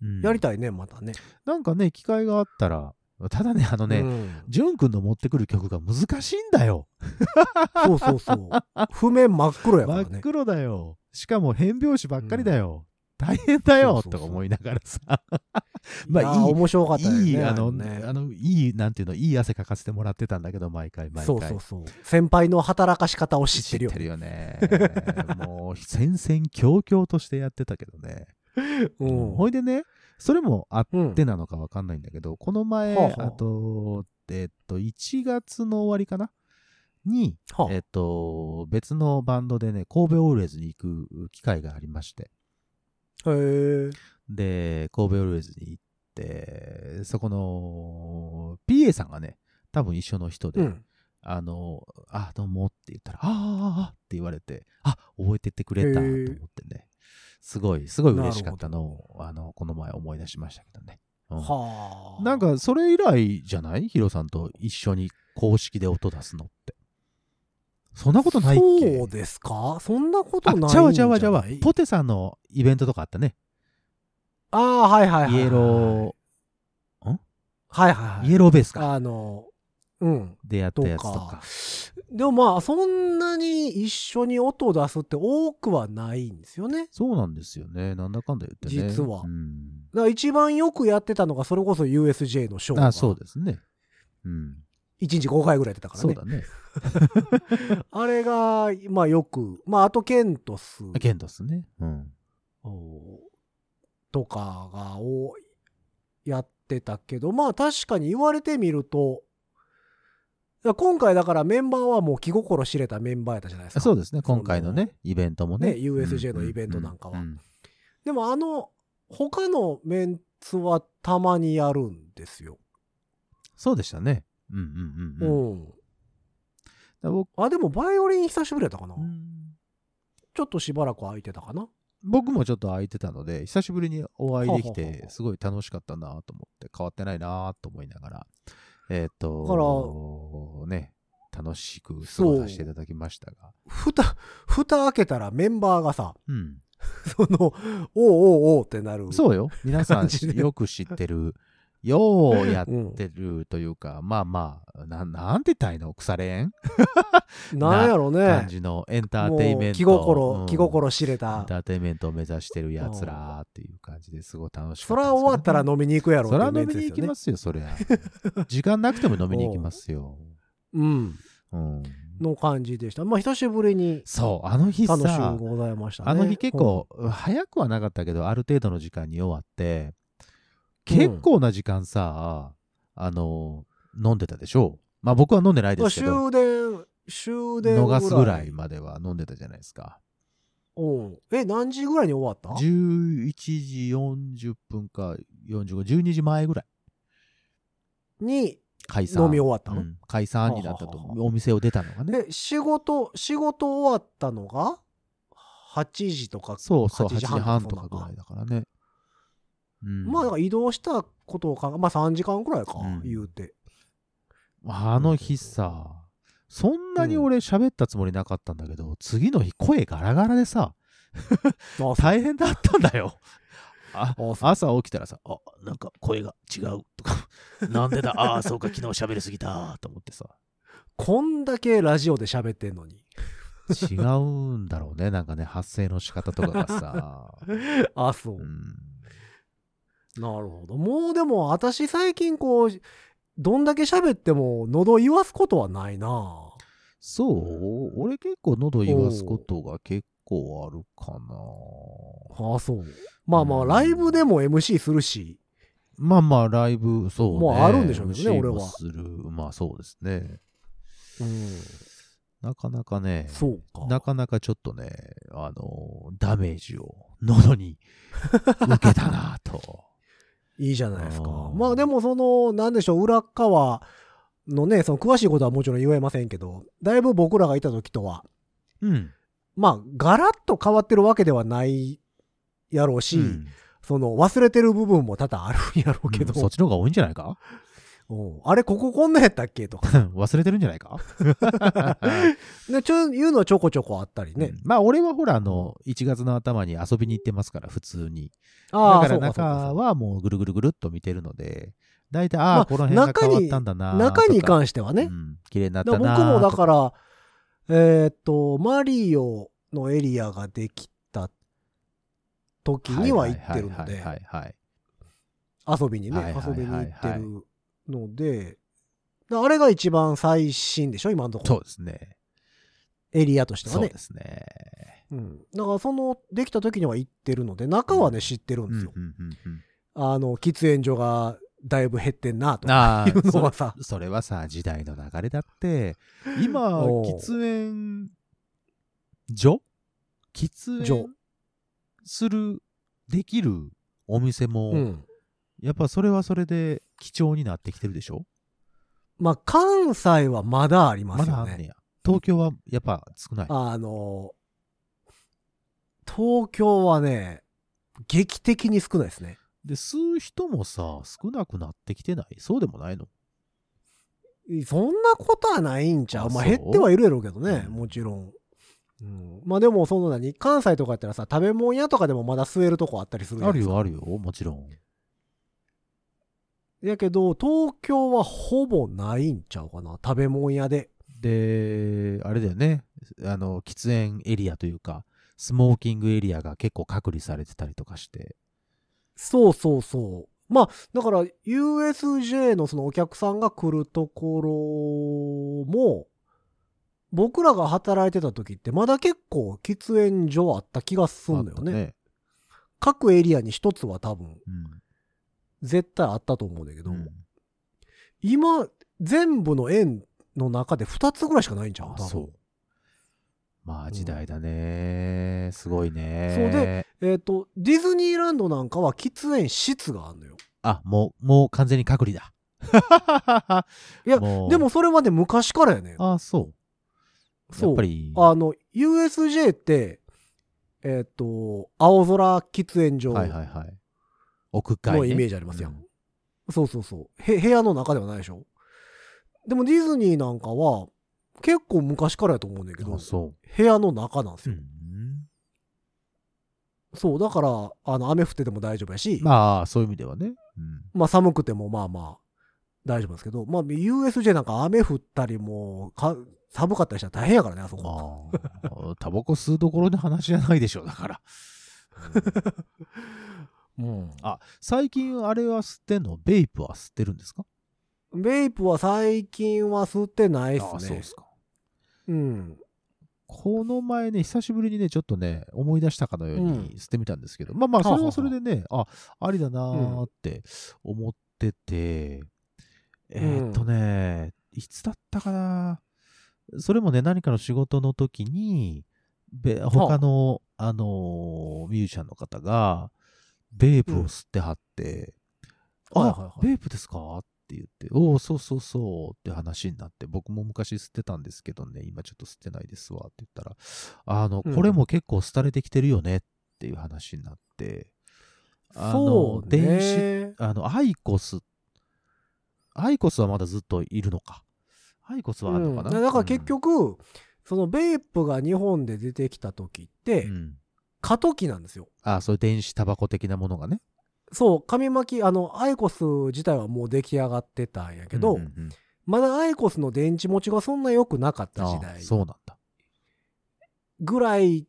S3: うん
S2: やりたいね、またね。
S3: なんかね、機会があったら、ただね、あの
S2: う
S3: ね、
S2: ん
S3: ジュン君の持ってくる曲が難しいんだよ。
S2: そうそう そう。譜面真っ黒やから
S3: 真っ
S2: ね。
S3: 黒だよ。しかも変拍子ばっかりだよ。大変だ
S2: そうそ
S3: よ
S2: うそう
S3: とか思いながら さ。ま
S2: いや
S3: あ
S2: ー
S3: いい
S2: 面白かったよね。
S3: いい、あの、
S2: れね
S3: あの、いい、なんていうの、いい汗かかせてもらってたんだけど、毎回、毎回。
S2: そうそうそう。先輩の働かし方を知ってるよ。
S3: ね。 もう、戦々恐々としてやってたけどね。
S2: うん。
S3: ほいでね、それもあっ
S2: うん
S3: てなのかわかんないんだけど、この前、
S2: はあはあ
S3: あと、えっと、1月の終わりかなに、
S2: は
S3: えっと、別のバンドでね、神戸オールウェイズに行く機会がありまして、
S2: あ、へえ。
S3: で、神戸オールウェイズに行って、そこの、PA さんがね、多分一緒の人で、
S2: うん。
S3: あの、あ、どうもって言ったら、あーあー、あーって言われて、あ、覚えてってくれたと
S2: へ
S3: 思っ
S2: ー
S3: てね、すごい、すごい嬉しかったの
S2: なる
S3: を、あの、この前思い出しましたけどね。うん
S2: はあ。
S3: なん、か、それ以来じゃないヒロさんと一緒に公式で音出すのって。そんなことないっけ
S2: そうですかそんなこと
S3: あ
S2: ないんじゃない
S3: ちゃわちゃわちゃわ。ポテさんのイベントとかあったね。
S2: ああ、はいはいはいはい。
S3: イエロ
S2: はいはいは
S3: ー、
S2: い。
S3: イエローベースか。
S2: あの、うん。
S3: でやった
S2: と
S3: やつと
S2: か
S3: か。。
S2: でもまあ、そんなに一緒に音を出すって多くはないんですよね。
S3: そうなんですよね。なんだかんだ言ってね。
S2: 実は
S3: うん
S2: だから一番よくやってたのが、それこそ USJ のショーが。
S3: あ、そうですね。うん。
S2: 1日5回ぐらいやってたから
S3: そう
S2: ね
S3: だ。ね。
S2: あれが、まあよく、まああとケントス
S3: ケントスね。うん。
S2: おとかがをやってたけど、まあ確かに言われてみると、だから今回だからメンバーはもう気心知れたメンバーやったじゃないですか。
S3: そうですね。今回のね、イベントも
S2: ね
S3: ね。
S2: USJ のイベントなんかは
S3: う
S2: でもあの、他のメンツはたまにやるんですよ。
S3: そうでしたね。うんうん
S2: う
S3: うんうん。だ
S2: ん。
S3: から僕
S2: あ、でもバイオリン久しぶりやったかな。
S3: うん
S2: ちょっとしばらく空いてたかな。
S3: 僕もちょっと空いてたので、久しぶりにお会いでき
S2: ほうほうほうほ
S3: て、
S2: う
S3: すごい楽しかったなと思って、変わってないなと思いながら、え
S2: だ
S3: っ
S2: か
S3: と、ね、楽しく過ごさせていただきましたが。
S2: 蓋、蓋開けたらメンバーがさ、
S3: うん。
S2: その、おうおうおうってなる。
S3: そうよ。皆さ
S2: 感
S3: ん
S2: じで
S3: よく知ってる、ようやっ
S2: うん。
S3: てるというか、まあまあ、ななんて言ったらいいの腐れ縁
S2: なんやろね
S3: 感。じのエンターテイメント。
S2: 気心、
S3: うん
S2: 気心知れ
S3: エン
S2: た。
S3: ターテイメントを目指してるやつらっていう感じですごい楽しか
S2: そ
S3: ったで
S2: ら
S3: すけどね。
S2: 終わったら飲みに行くやろ
S3: そら
S2: っていう
S3: 飲
S2: メン
S3: み
S2: ツ
S3: に
S2: です
S3: 行き
S2: よね
S3: ますよ、そりゃ。 時間なくても飲みに行きますよ。
S2: うん。
S3: うん。
S2: の感じでした。まあ、久しぶりに
S3: そう、あの日さ
S2: 楽、しゅうございましたね。
S3: あの日結構、早くはなかったけど、ある程度の時間に終わって、結構な時間さ、あの、飲んでたでしょまあ僕は飲んでない
S2: うん、ま
S3: で
S2: あ
S3: すけど、
S2: 終電、終電
S3: 逃すぐらいまでは飲んでたじゃないですか。
S2: うん。え、何時ぐらいに終わった
S3: 11時40分か45、12時前ぐらい
S2: に、
S3: 解散。
S2: 飲み終わったの
S3: うん解散になった
S2: は
S3: と
S2: ははは
S3: お店を出たのがね。
S2: で、仕事、仕事終わったのが、8時とか、
S3: そうそう、
S2: 8
S3: 8
S2: 時
S3: 時
S2: 半
S3: 半
S2: と
S3: と
S2: か
S3: か
S2: ぐ
S3: ぐ
S2: ら
S3: ら
S2: い
S3: いだからね。うん
S2: まあ、だから移動したことを考え、まあ3時間ぐらいか、
S3: うん
S2: 言うて。
S3: あの日さ、そんなに俺喋ったつもりなかったんだけど、次の日声ガラガラでさ、
S2: あ
S3: 大変だったんだよ。あ
S2: そう
S3: 朝起きたらさ、あ、なんか声が違う とか、なんでだ、ああ、そうか、昨日喋りすぎたと思ってさ、
S2: こんだけラジオで喋ってんの に。
S3: 違うんだろうね、なんかね、発声の仕方とか がさ、
S2: あ、そう
S3: う。ん、
S2: なるほど。もうでも私最近こう、どんだけ喋っても喉言わすことはないな。
S3: そう、俺結構喉言わすことが結構あるかな。
S2: あ、そう。まあまあ、ライブでも MC するし。
S3: まあまあ、ライブ、そうね。
S2: もうあるんでしょうけどね
S3: MC
S2: 俺は
S3: もする、まあそうですね。
S2: うん。
S3: なかなかね、
S2: そうか。
S3: なかなかちょっとね、あの、ダメージを 喉に受けたなと。
S2: いいじゃないですか
S3: あ。ー
S2: まあでもその、なんでしょう、裏っ側のね、その詳しいことはもちろん言えませんけど、だいぶ僕らがいた時とは、
S3: うん。
S2: まあ、ガラッと変わってるわけではないやろうし、
S3: うん
S2: その、忘れてる部分も多々あるんやろうけ
S3: う
S2: ど
S3: ん、そっちの方が多いんじゃないか
S2: うんあれ、こここんなんやったっけとか、
S3: 忘れてるんじゃないか
S2: ね、ちょいうのはちょこちょこあったりね。
S3: うんまあ俺はほらあの1月の頭に遊びに行ってますから普通にだ
S2: ああ、
S3: から
S2: そうかそう
S3: 中
S2: か
S3: はもうぐるぐるぐるっと見てるので大体
S2: ま
S3: あ
S2: あ
S3: あこの辺が変わったんだな
S2: そう。中に
S3: か
S2: 関してはね
S3: う。ん綺麗になっ
S2: だ
S3: た
S2: か
S3: な
S2: ら
S3: と
S2: 僕もだから、えーっと、マリオのエリアができた時には行ってるの
S3: はい
S2: で
S3: は、いはいはい
S2: 遊びにね、
S3: はいはいはい
S2: 遊びに行って
S3: はい
S2: るので、だあれが一番最新でしょ、今のとこ
S3: そ
S2: ろ。
S3: うですね
S2: エリアとしては
S3: そう
S2: ね。
S3: ですね
S2: うん。だからその、できた時には行ってるので、中はね、知ってる
S3: うんんう
S2: で
S3: ん
S2: すよ。
S3: うんう
S2: あの、喫煙所がだいぶ減ってんな、と
S3: んああ
S2: いうのはさ。
S3: それはさ時代の流れだって今
S2: おう
S3: 喫煙所喫煙
S2: 所
S3: するできるお店も、
S2: うん。
S3: やっぱそれはそれで貴重になってきてるでしょ
S2: まあ、関西はまだありま
S3: ますだあ
S2: よ
S3: んね
S2: ね。
S3: や東京はやっぱ少ない
S2: あの、東京はね、劇的に少ないですね。
S3: で吸う人もさ少なくなってきてないそうでもないの
S2: そんなことはないんちゃう
S3: あ
S2: まあ、
S3: そう
S2: 減ってはいるやろうけどね、
S3: うん
S2: もちろん。うん、まあでもその何関西とかやったらさ食べ物屋とかでもまだ吸えるとこあったりするじゃ
S3: あ
S2: ないで
S3: る
S2: すか
S3: よあるよもちろん
S2: やけど東京はほぼないんちゃうかな食べ物屋で
S3: であれだよねあの喫煙エリアというかスモーキングエリアが結構隔離されてたりとかして
S2: そうそうそう。まあ、だから USJ のそのお客さんが来るところも、僕らが働いてた時ってまだ結構喫煙所あった気がするんだよね。
S3: あった
S2: 各エリアに一つは多分
S3: うん
S2: 絶対あったと思うんだけど、
S3: うん
S2: 今全部の園の中で二つぐらいしかないんちゃう
S3: あ
S2: 多分
S3: そうまあ時代だね、すごいね
S2: そうでえっ、と、ディズニーランドなんかは喫煙室があるのよ。
S3: あもうもう完全に隔離だ
S2: いや
S3: もう
S2: でもそれまで昔からやねん。
S3: あそう
S2: そう
S3: やっぱり
S2: あの、USJ って、えっ、と、青空喫煙所
S3: はいはいはい屋外、ね、
S2: のイメージありますやん。
S3: うん
S2: そうそうそう。へ部屋の中ではないでしょでもディズニーなんかは、結構昔からやと思うんだけど
S3: あ、そ
S2: 部屋の中なんです
S3: う、う
S2: よ。
S3: ん、
S2: そう、だから、あの、雨降ってても大丈夫やし、まあ、
S3: まあそういう意味ではね、うん、
S2: 寒くてもまあまあ、大丈夫なんですけど、まあ、USJ なんか雨降ったりもか、寒かったりしたら大変やからね、あそこ。
S3: まあ、タバコ吸うところの話じゃないでしょう、だから。
S2: うん。
S3: あ、最近あれは吸ってんのベイプは吸ってるんですか
S2: ベイプは最近は吸ってないっすね。
S3: あ、そうですか。
S2: うん。
S3: この前ね、久しぶりにね、ちょっとね、思い出したかのよう
S2: う
S3: に吸ってみたんですけど、まあま
S2: は
S3: あ、
S2: あ
S3: そ
S2: はあ
S3: れはそれでね、あ、ありだなーって思ってて、えーっとね、いつだったかなそれもね、何かの仕事の時に、べ他の、あのーミュージシャンの方が、ベープを吸ってはって、
S2: うんはいはいは
S3: あ、
S2: い
S3: ベープですかって言って、おお、そうそうそうって話になって、僕も昔吸ってたんですけどね、今ちょっと吸ってないですわって言ったら、あの、
S2: うん
S3: これも結構廃れてきてるよねっていう話になって、あの
S2: そう
S3: 電子
S2: ね。
S3: あの、アイコス。アイコスはまだずっといるのか。ハイコスはあるのかな、
S2: うんだから結局、そのベイプが日本で出てきた時っ
S3: う
S2: て
S3: ん、うん
S2: 過渡期なんですよ
S3: あそういう電子タバコ的なものがね。
S2: そう紙巻きあのアイコス自体はもう出来上がってたんやけど、
S3: うんうんうん
S2: まだアイコスの電池持ちがそんな良くなかった時
S3: あ
S2: 代
S3: そうなんだ。
S2: ぐらい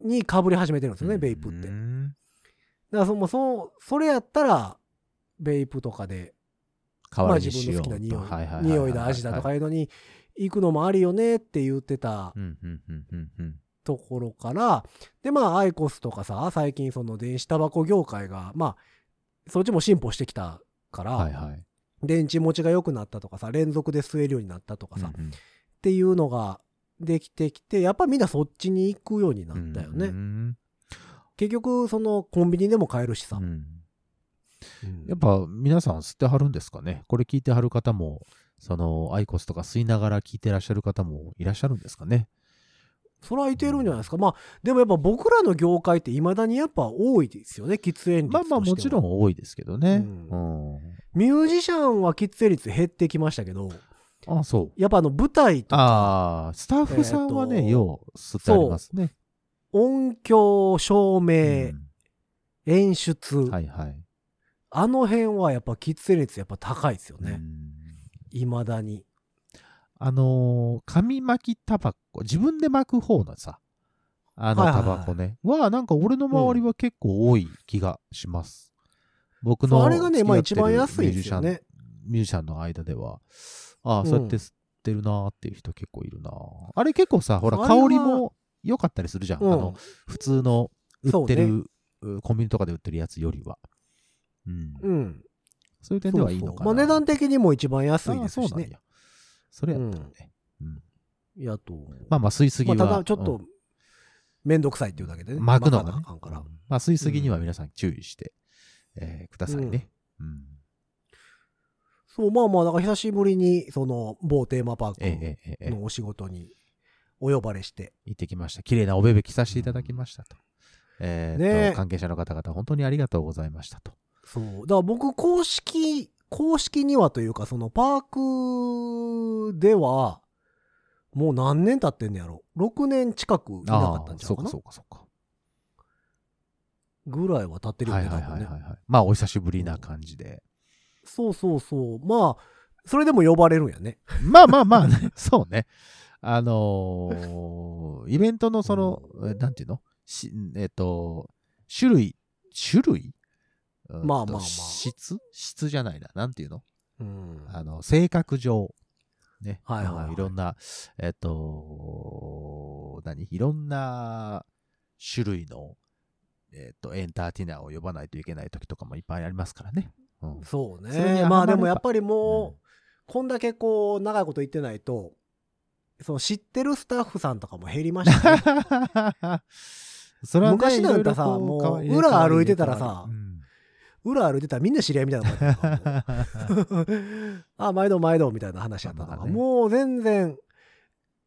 S2: にかぶり始めてるんですよね、ベイプってだ
S3: う
S2: か
S3: ん
S2: らそもうそうそれやったらベイプとかで
S3: 代
S2: ま
S3: わ
S2: あ
S3: りに
S2: 自
S3: し
S2: 分の
S3: よう
S2: 好き
S3: と
S2: な匂い,、
S3: はははは
S2: 匂いだ味だとかいうのに行くのもありよねって言ってた
S3: うんうんうんうんうん
S2: ところからでまあアイコスとかさ最近その電子タバコ業界がまあそっちも進歩してきたから、
S3: はいはい。
S2: 電池持ちが良くなったとかさ連続で吸えるようになったとかさ、っ
S3: うんうん
S2: ていうのができてきてやっぱみんなそっちに行くようになったよね、
S3: うん
S2: 結局そのコンビニでも買えるしさ、
S3: うん
S2: うん
S3: やっぱ皆さん吸ってはるんですかねこれ聞いてはる方も、そのアイコスとか吸いながら聞いてらっしゃる方もいらっしゃるんですかね
S2: それはいてるんじゃないですかまあでもやっぱ僕らの業界っていまだにやっぱ多いですよね喫煙率
S3: まあまあもちろん
S2: ん
S3: 多いですけどね。
S2: う
S3: うん。
S2: ミュージシャンは喫煙率減ってきましたけど
S3: ああ、そう。
S2: やっぱあの舞台とか
S3: ああ、スタッフさんは
S2: えー
S3: ね、
S2: と
S3: よう吸ってありますね。
S2: 音響照明、演出、
S3: うんはいはい。
S2: あの辺はやっぱ喫煙率やっぱ高いですよ
S3: う
S2: ね
S3: ん
S2: いま、未だに
S3: あのー紙巻きタバコ、自分で巻く方のさ、あの
S2: はいは
S3: タ
S2: いはい
S3: バコね、は、なんか俺の周りは結構多い気がします。僕
S2: そう
S3: の
S2: あれがねまあ
S3: 付き合っ
S2: 一番
S3: てる
S2: 安いですよね
S3: ミュージシャンミュージシャンの間では、ああ、そうやって吸ってるなーっていう人結構いるなー。あれ結構さ、ほら、
S2: あれは
S3: 香りも良かったりするじゃん。
S2: うん
S3: あの、普通の売っ
S2: そ
S3: てる、うコンビニとかで売ってるやつよりは。うん。
S2: うん
S3: そういう点ではいいの
S2: そう
S3: かな。
S2: そうまあ値段的にも一番安いです
S3: ああ
S2: し
S3: そうなん
S2: ね
S3: や。それやったらね。うん
S2: やと思う
S3: まあまあ、吸いすぎは。
S2: まあただちょっ
S3: う
S2: と
S3: ん
S2: 面倒くさいっていうだけでね
S3: 巻くの
S2: 巻
S3: が
S2: かな
S3: ね
S2: あ。かんから、
S3: まあ、吸いすぎには皆さん注意して、えーくださいね。うん。
S2: そうまあまあだから久しぶりにその某テーマパーク
S3: ええええええ
S2: のお仕事にお呼ばれして、
S3: 行ってきました。綺麗なおべべ着させていただきましたと。えーっと
S2: ねえ
S3: 関係者の方々、本当にありがとうございましたと。
S2: そうだから僕公式公式にはというかそのパークではもう何年経ってんのやろ6年近くいなかったんちゃ
S3: そうう
S2: か
S3: か、
S2: な
S3: そうか、そうか。
S2: ぐらいは経ってるよ
S3: は
S2: ね
S3: い
S2: 多
S3: はい
S2: 分
S3: はい
S2: ね
S3: はいはい。まあ、お久しぶりな感じで。
S2: そうそうそうまあそれでも呼ばれるんやね
S3: まあまあまあね、 そうね。あのーイベントのその、えなんていうのしえっ、と、種類、種類
S2: ま
S3: ま
S2: あまあまあ
S3: 質質じゃないな。なんていうの
S2: うん
S3: あの、性格上、ね。
S2: はいはいはい
S3: あのいろんな、えっ、と、何いろんな種類の、えっ、と、エンターテイナーを呼ばないといけない時とかもいっぱいありますからね。うん。
S2: そう
S3: それに
S2: ね
S3: 甘
S2: まあで
S3: え
S2: も
S3: ば
S2: やっぱりもう、
S3: うん
S2: こんだけこう長いこと言ってないとその知ってるスタッフさんとかも減りましたね
S3: それはね
S2: 昔なんかさ
S3: いろいろこう
S2: もう
S3: 変わりね
S2: 裏
S3: 変わりね
S2: 歩いてたらさ
S3: うん
S2: 裏歩いてたらみんな知り合いみたいなのがあったからもう あ毎度毎度みたいな話やったから、
S3: まあね
S2: もう全然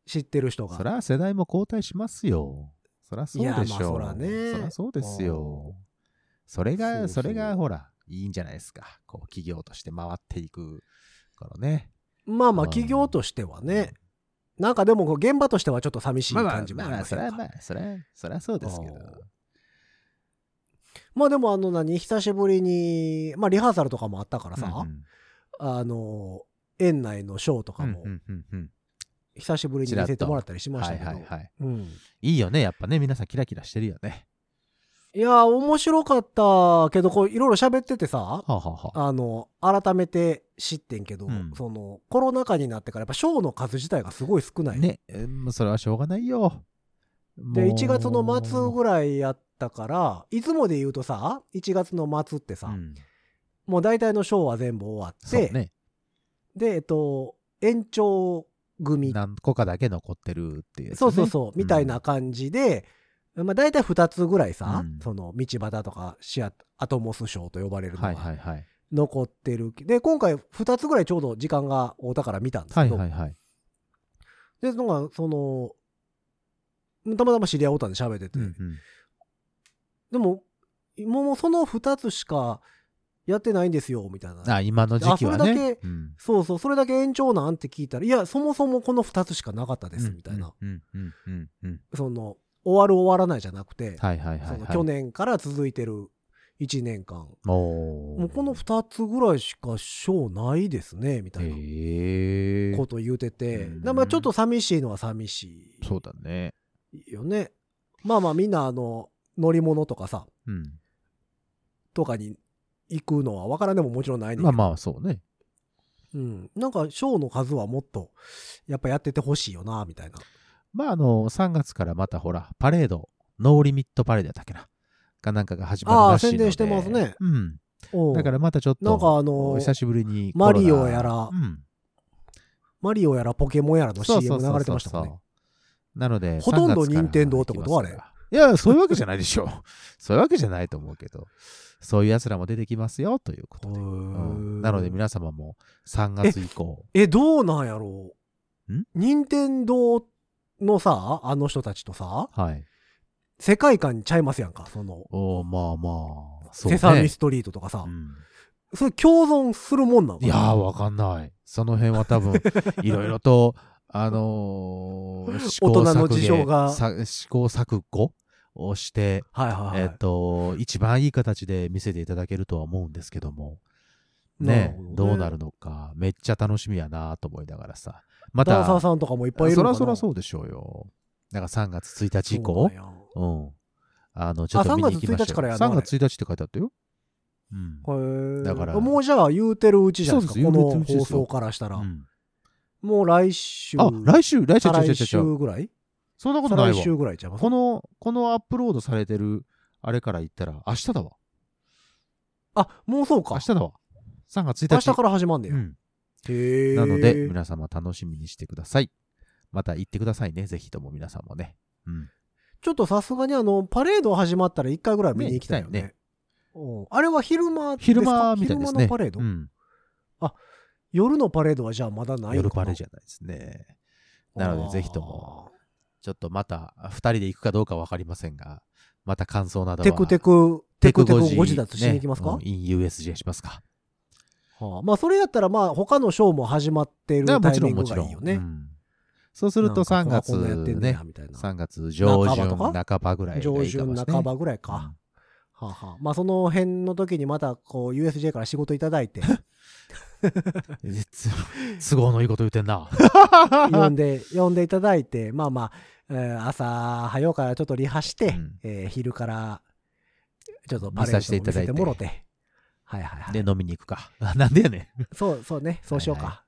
S2: 知ってる人が
S3: そりゃ世代も交代しますよ。そりゃそうでしょ
S2: いやま
S3: う。
S2: あそらね
S3: そりゃそうですよ。そ
S2: そ
S3: れ
S2: うそう
S3: が、それがほら、いいんじゃないですか。こう、企業として回っていくからね。
S2: まあまあ
S3: うん
S2: 企業としてはね、なんかでもこう現場としてはちょっと寂しい
S3: まあまあ
S2: 感じもあり
S3: まあま
S2: ま
S3: あ、
S2: す
S3: そ
S2: よ
S3: りゃまあ、そりゃ、そりゃそうですけど
S2: うん。まあでもあの何久しぶりにまあリハーサルとかもあったからさ、
S3: うん
S2: あの園内のショーとか
S3: うん
S2: も
S3: うんうんうん
S2: 久しぶりに見せてもらったりしました
S3: はい
S2: けど、
S3: はいはい。
S2: うん
S3: いいよね。やっぱね、皆さんキラキラしてるよね。
S2: いやー面白かったけどこういろいろ喋っててさ
S3: はあはあはあ。
S2: あの改めて知ってんけど、
S3: うん
S2: そのコロナ禍になってからやっぱショーの数自体がすごい少ない、
S3: ね、えーもうそれはしょうがないよ。
S2: で
S3: もう
S2: 1月の末ぐらいやったからいつもで言うとさ1月の末ってさ、
S3: うん
S2: もう大体のショーは全部終わっ
S3: そう
S2: て、
S3: ね。
S2: でえっと延長組
S3: 何個かだけ残ってるっていうやつね。
S2: そうそうそう、
S3: ん
S2: みたいな感じで、まあ、大体2つぐらいさ、
S3: うん
S2: その道端とかシアアトモスショーと呼ばれるの
S3: はい
S2: が
S3: はいはい。
S2: 残ってる、で今回2つぐらいちょうど時間がおうたから見たんです
S3: は
S2: け
S3: い
S2: ど、
S3: はいはい。
S2: でなんかそのたまたま知り合おうたんで喋ってて、
S3: うんうん
S2: でももうその2つしかやってないんですよみたいな
S3: あ今の時期は
S2: あそれだ
S3: ね
S2: け。
S3: うん
S2: そうそうそれだけ延長なんて聞いたらいやそもそもこの2つしかなかったですみたいな、。
S3: うんうんうんうんうん。
S2: その終わる終わらないじゃなくて、
S3: はいはいは
S2: そ
S3: い、は
S2: の
S3: い。
S2: 去年から続いてる1年間
S3: おー
S2: もうこの2つぐらいしか賞ないですねみたいな
S3: へえ
S2: こと言うてて、
S3: うん
S2: だからまあちょっと寂しいのは寂し
S3: そうだね。
S2: いよねまあまあみんなあの乗り物とかさ
S3: うん。
S2: とかに行くのは分からんでももちろんないねんけど
S3: まあまあ、そうね。
S2: うん、なんかショーの数はもっとやっぱやっててほしいよなみたいな
S3: まあ、あの、3月からまたほら、パレード、ノーリミットパレードやったっけな。かなんかが始まるらしい
S2: あー宣
S3: ので。
S2: 伝してますね
S3: うん。
S2: うん
S3: だからまたちょっと、
S2: なんかあの
S3: 久しぶりに
S2: マリオ
S3: コロナ
S2: やら
S3: うん。
S2: マリオやらポケモンやらの
S3: そう
S2: CM
S3: そうそうそう
S2: 流れてましたもんね
S3: なので、
S2: ほとんど
S3: 3月から
S2: 任天堂ってこと
S3: 行きますからいや、そういうわけじゃないでし ょ。そういうわけじゃないと思うけど、そういう奴らも出てきますよ、ということで。
S2: へー
S3: うんなので皆様も3月以降。
S2: えどうなんやろうん任天堂のさあの人たちとさ
S3: はい。
S2: 世界観ちゃいますやんかその
S3: おーまあまあ、そ
S2: セ
S3: うね。
S2: サミストリートとかさ、
S3: うん
S2: それ共存するもんなの
S3: いやー、わかんない。その辺は 多分、いろいろと、あのー、試行
S2: 大人の
S3: 錯
S2: 事情が
S3: 誤さ試行錯誤をして、
S2: はいはいはい、
S3: えっと、一番いい形で見せていただけるとは思うんですけども、
S2: なる
S3: ね
S2: ほ、
S3: どうなるのか、めっちゃ楽しみやなと思いながらさ。ま
S2: ダ
S3: た、
S2: ンサーさんとかもいっぱいいる
S3: そ
S2: のかな
S3: らそらそうでしょうよ。だから3月1日以
S2: そう
S3: 降
S2: なん、や
S3: うん。あの、ちょっと見に行きましょう
S2: 3月1日からやんの
S3: 3月1日って書いてあったよ。うん。
S2: へー
S3: だから
S2: もうじゃあ言うてるうちじゃないですか
S3: そうです
S2: こ
S3: 言
S2: の
S3: うてるうちで
S2: 放
S3: すよ
S2: 送からしたら、
S3: うん
S2: もう来週
S3: あ、来週、来週、
S2: 再来
S3: 来週、来週。
S2: 週ぐらい
S3: そんなことない
S2: 再来
S3: わ。
S2: 週ぐらいちゃいます
S3: この、このアップロードされてる、あれから言ったら、明日だわ。
S2: あもうそうか
S3: 明日だわ。3月1日。
S2: 明日から始まんね
S3: う
S2: や、
S3: ん。
S2: へえ
S3: なので、皆様楽しみにしてください。また行ってくださいね。ぜひとも皆さんもね。うん。
S2: ちょっとさすがにあのパレード始まったら1回ぐらい見に行きたいよね
S3: ね行き
S2: うんあれは昼間ですか
S3: 昼間みたいで
S2: 昼
S3: すね。
S2: 間のパレード、
S3: うん。
S2: 夜のパレードはじゃあまだないの
S3: 夜
S2: かな
S3: パレじゃないですね。なので、ぜひとも、ちょっとまた、2人で行くかどうかわかりませんが、また感想な
S2: あ
S3: ど
S2: ー
S3: は。
S2: テクテクテクテクご自立しに行
S3: 行
S2: きますか、
S3: ?in-USJ しますか。
S2: はあまあそれやったらまあ他のショーも始まってる
S3: だから
S2: タイ
S3: もちろ
S2: ミ
S3: ん
S2: ン
S3: も
S2: グ
S3: ち
S2: が
S3: ろ
S2: い
S3: ん。
S2: いよ
S3: う
S2: ね。
S3: んそうすると
S2: なん
S3: 3月
S2: かこんなやってんね
S3: ね
S2: や、みたいな
S3: 3月上
S2: 半ばと
S3: 旬
S2: か
S3: 半ばぐらいが
S2: 上
S3: いいか
S2: 旬
S3: もしれない。
S2: 半ばぐらいか。はあはあまあその辺の時にまたこう USJ から仕事いただい て
S3: うん。えつ都合のいいこと言うて んな。
S2: 呼んで呼んでいただいてまあまあ、えー朝早うからちょっとリハして、
S3: うん
S2: えー昼からちょっとパレードを
S3: 見させていた
S2: 見
S3: だい
S2: せ
S3: て
S2: てもろてはいはいはい
S3: で、飲みに行くか。あなんでやね
S2: そうそうねそうしようか、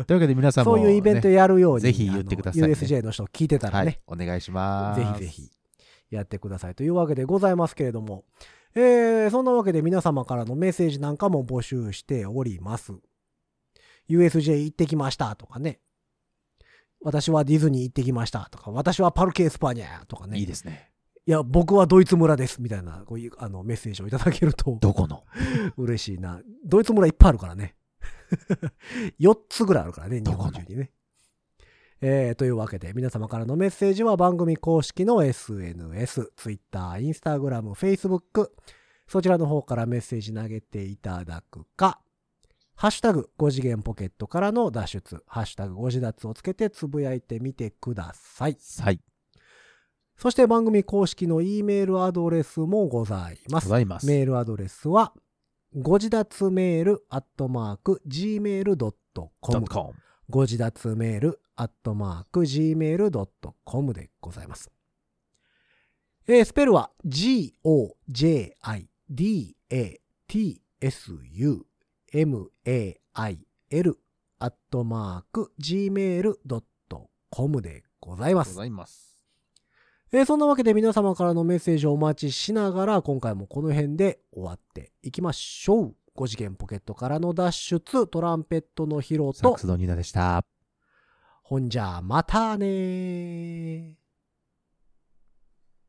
S3: ん。というわけで皆さんも
S2: そう
S3: ね、
S2: いうイベントやるように、
S3: ぜひ言ってくださいね
S2: あの USJ の人聞いてたら
S3: は
S2: ね
S3: い、、お願いします。
S2: ぜひぜひやってくださいというわけでございますけれども、えーそんなわけで皆様からのメッセージなんかも募集しております。USJ 行ってきましたとかね。私はディズニー行ってきましたとか、私はパルケ・エスパーニャとかね。
S3: いいですね。
S2: いや、僕はドイツ村ですみたいな、こういうあのメッセージをいただけると
S3: どこの
S2: 嬉しいな。ドイツ村いっぱいあるからね。4つぐらいあるからね、日
S3: どこの
S2: 本中にね。えーというわけで、皆様からのメッセージは番組公式の SNS、Twitter、Instagram、Facebook、そちらの方からメッセージ投げていただくか、ハッシュタグ5次元ポケットからの脱出、ハッシュタグ5次脱をつけてつぶやいてみてください。
S3: はい。
S2: そして番組公式の E メールアドレスもございま
S3: ご
S2: す。
S3: ざいます。
S2: メールアドレスは、ご自立メールアットマーク gmail.com。
S3: .com
S2: ご自立メールアットマーク gmail.com でございます。えースペルは g-o-j-i-d-a-t-s-u-m-a-i-l アットマーク gmail.com でございま
S3: ご
S2: す。
S3: ざいます。
S2: えーそんなわけで皆様からのメッセージをお待ちしながら、今回もこの辺で終わっていきましょう。5次元ポケットからの脱出、トランペットのヒロ
S3: サッ
S2: と
S3: クス、のニーナでした。
S2: ほんじゃ、またねー。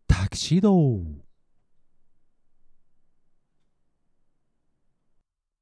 S3: タキシード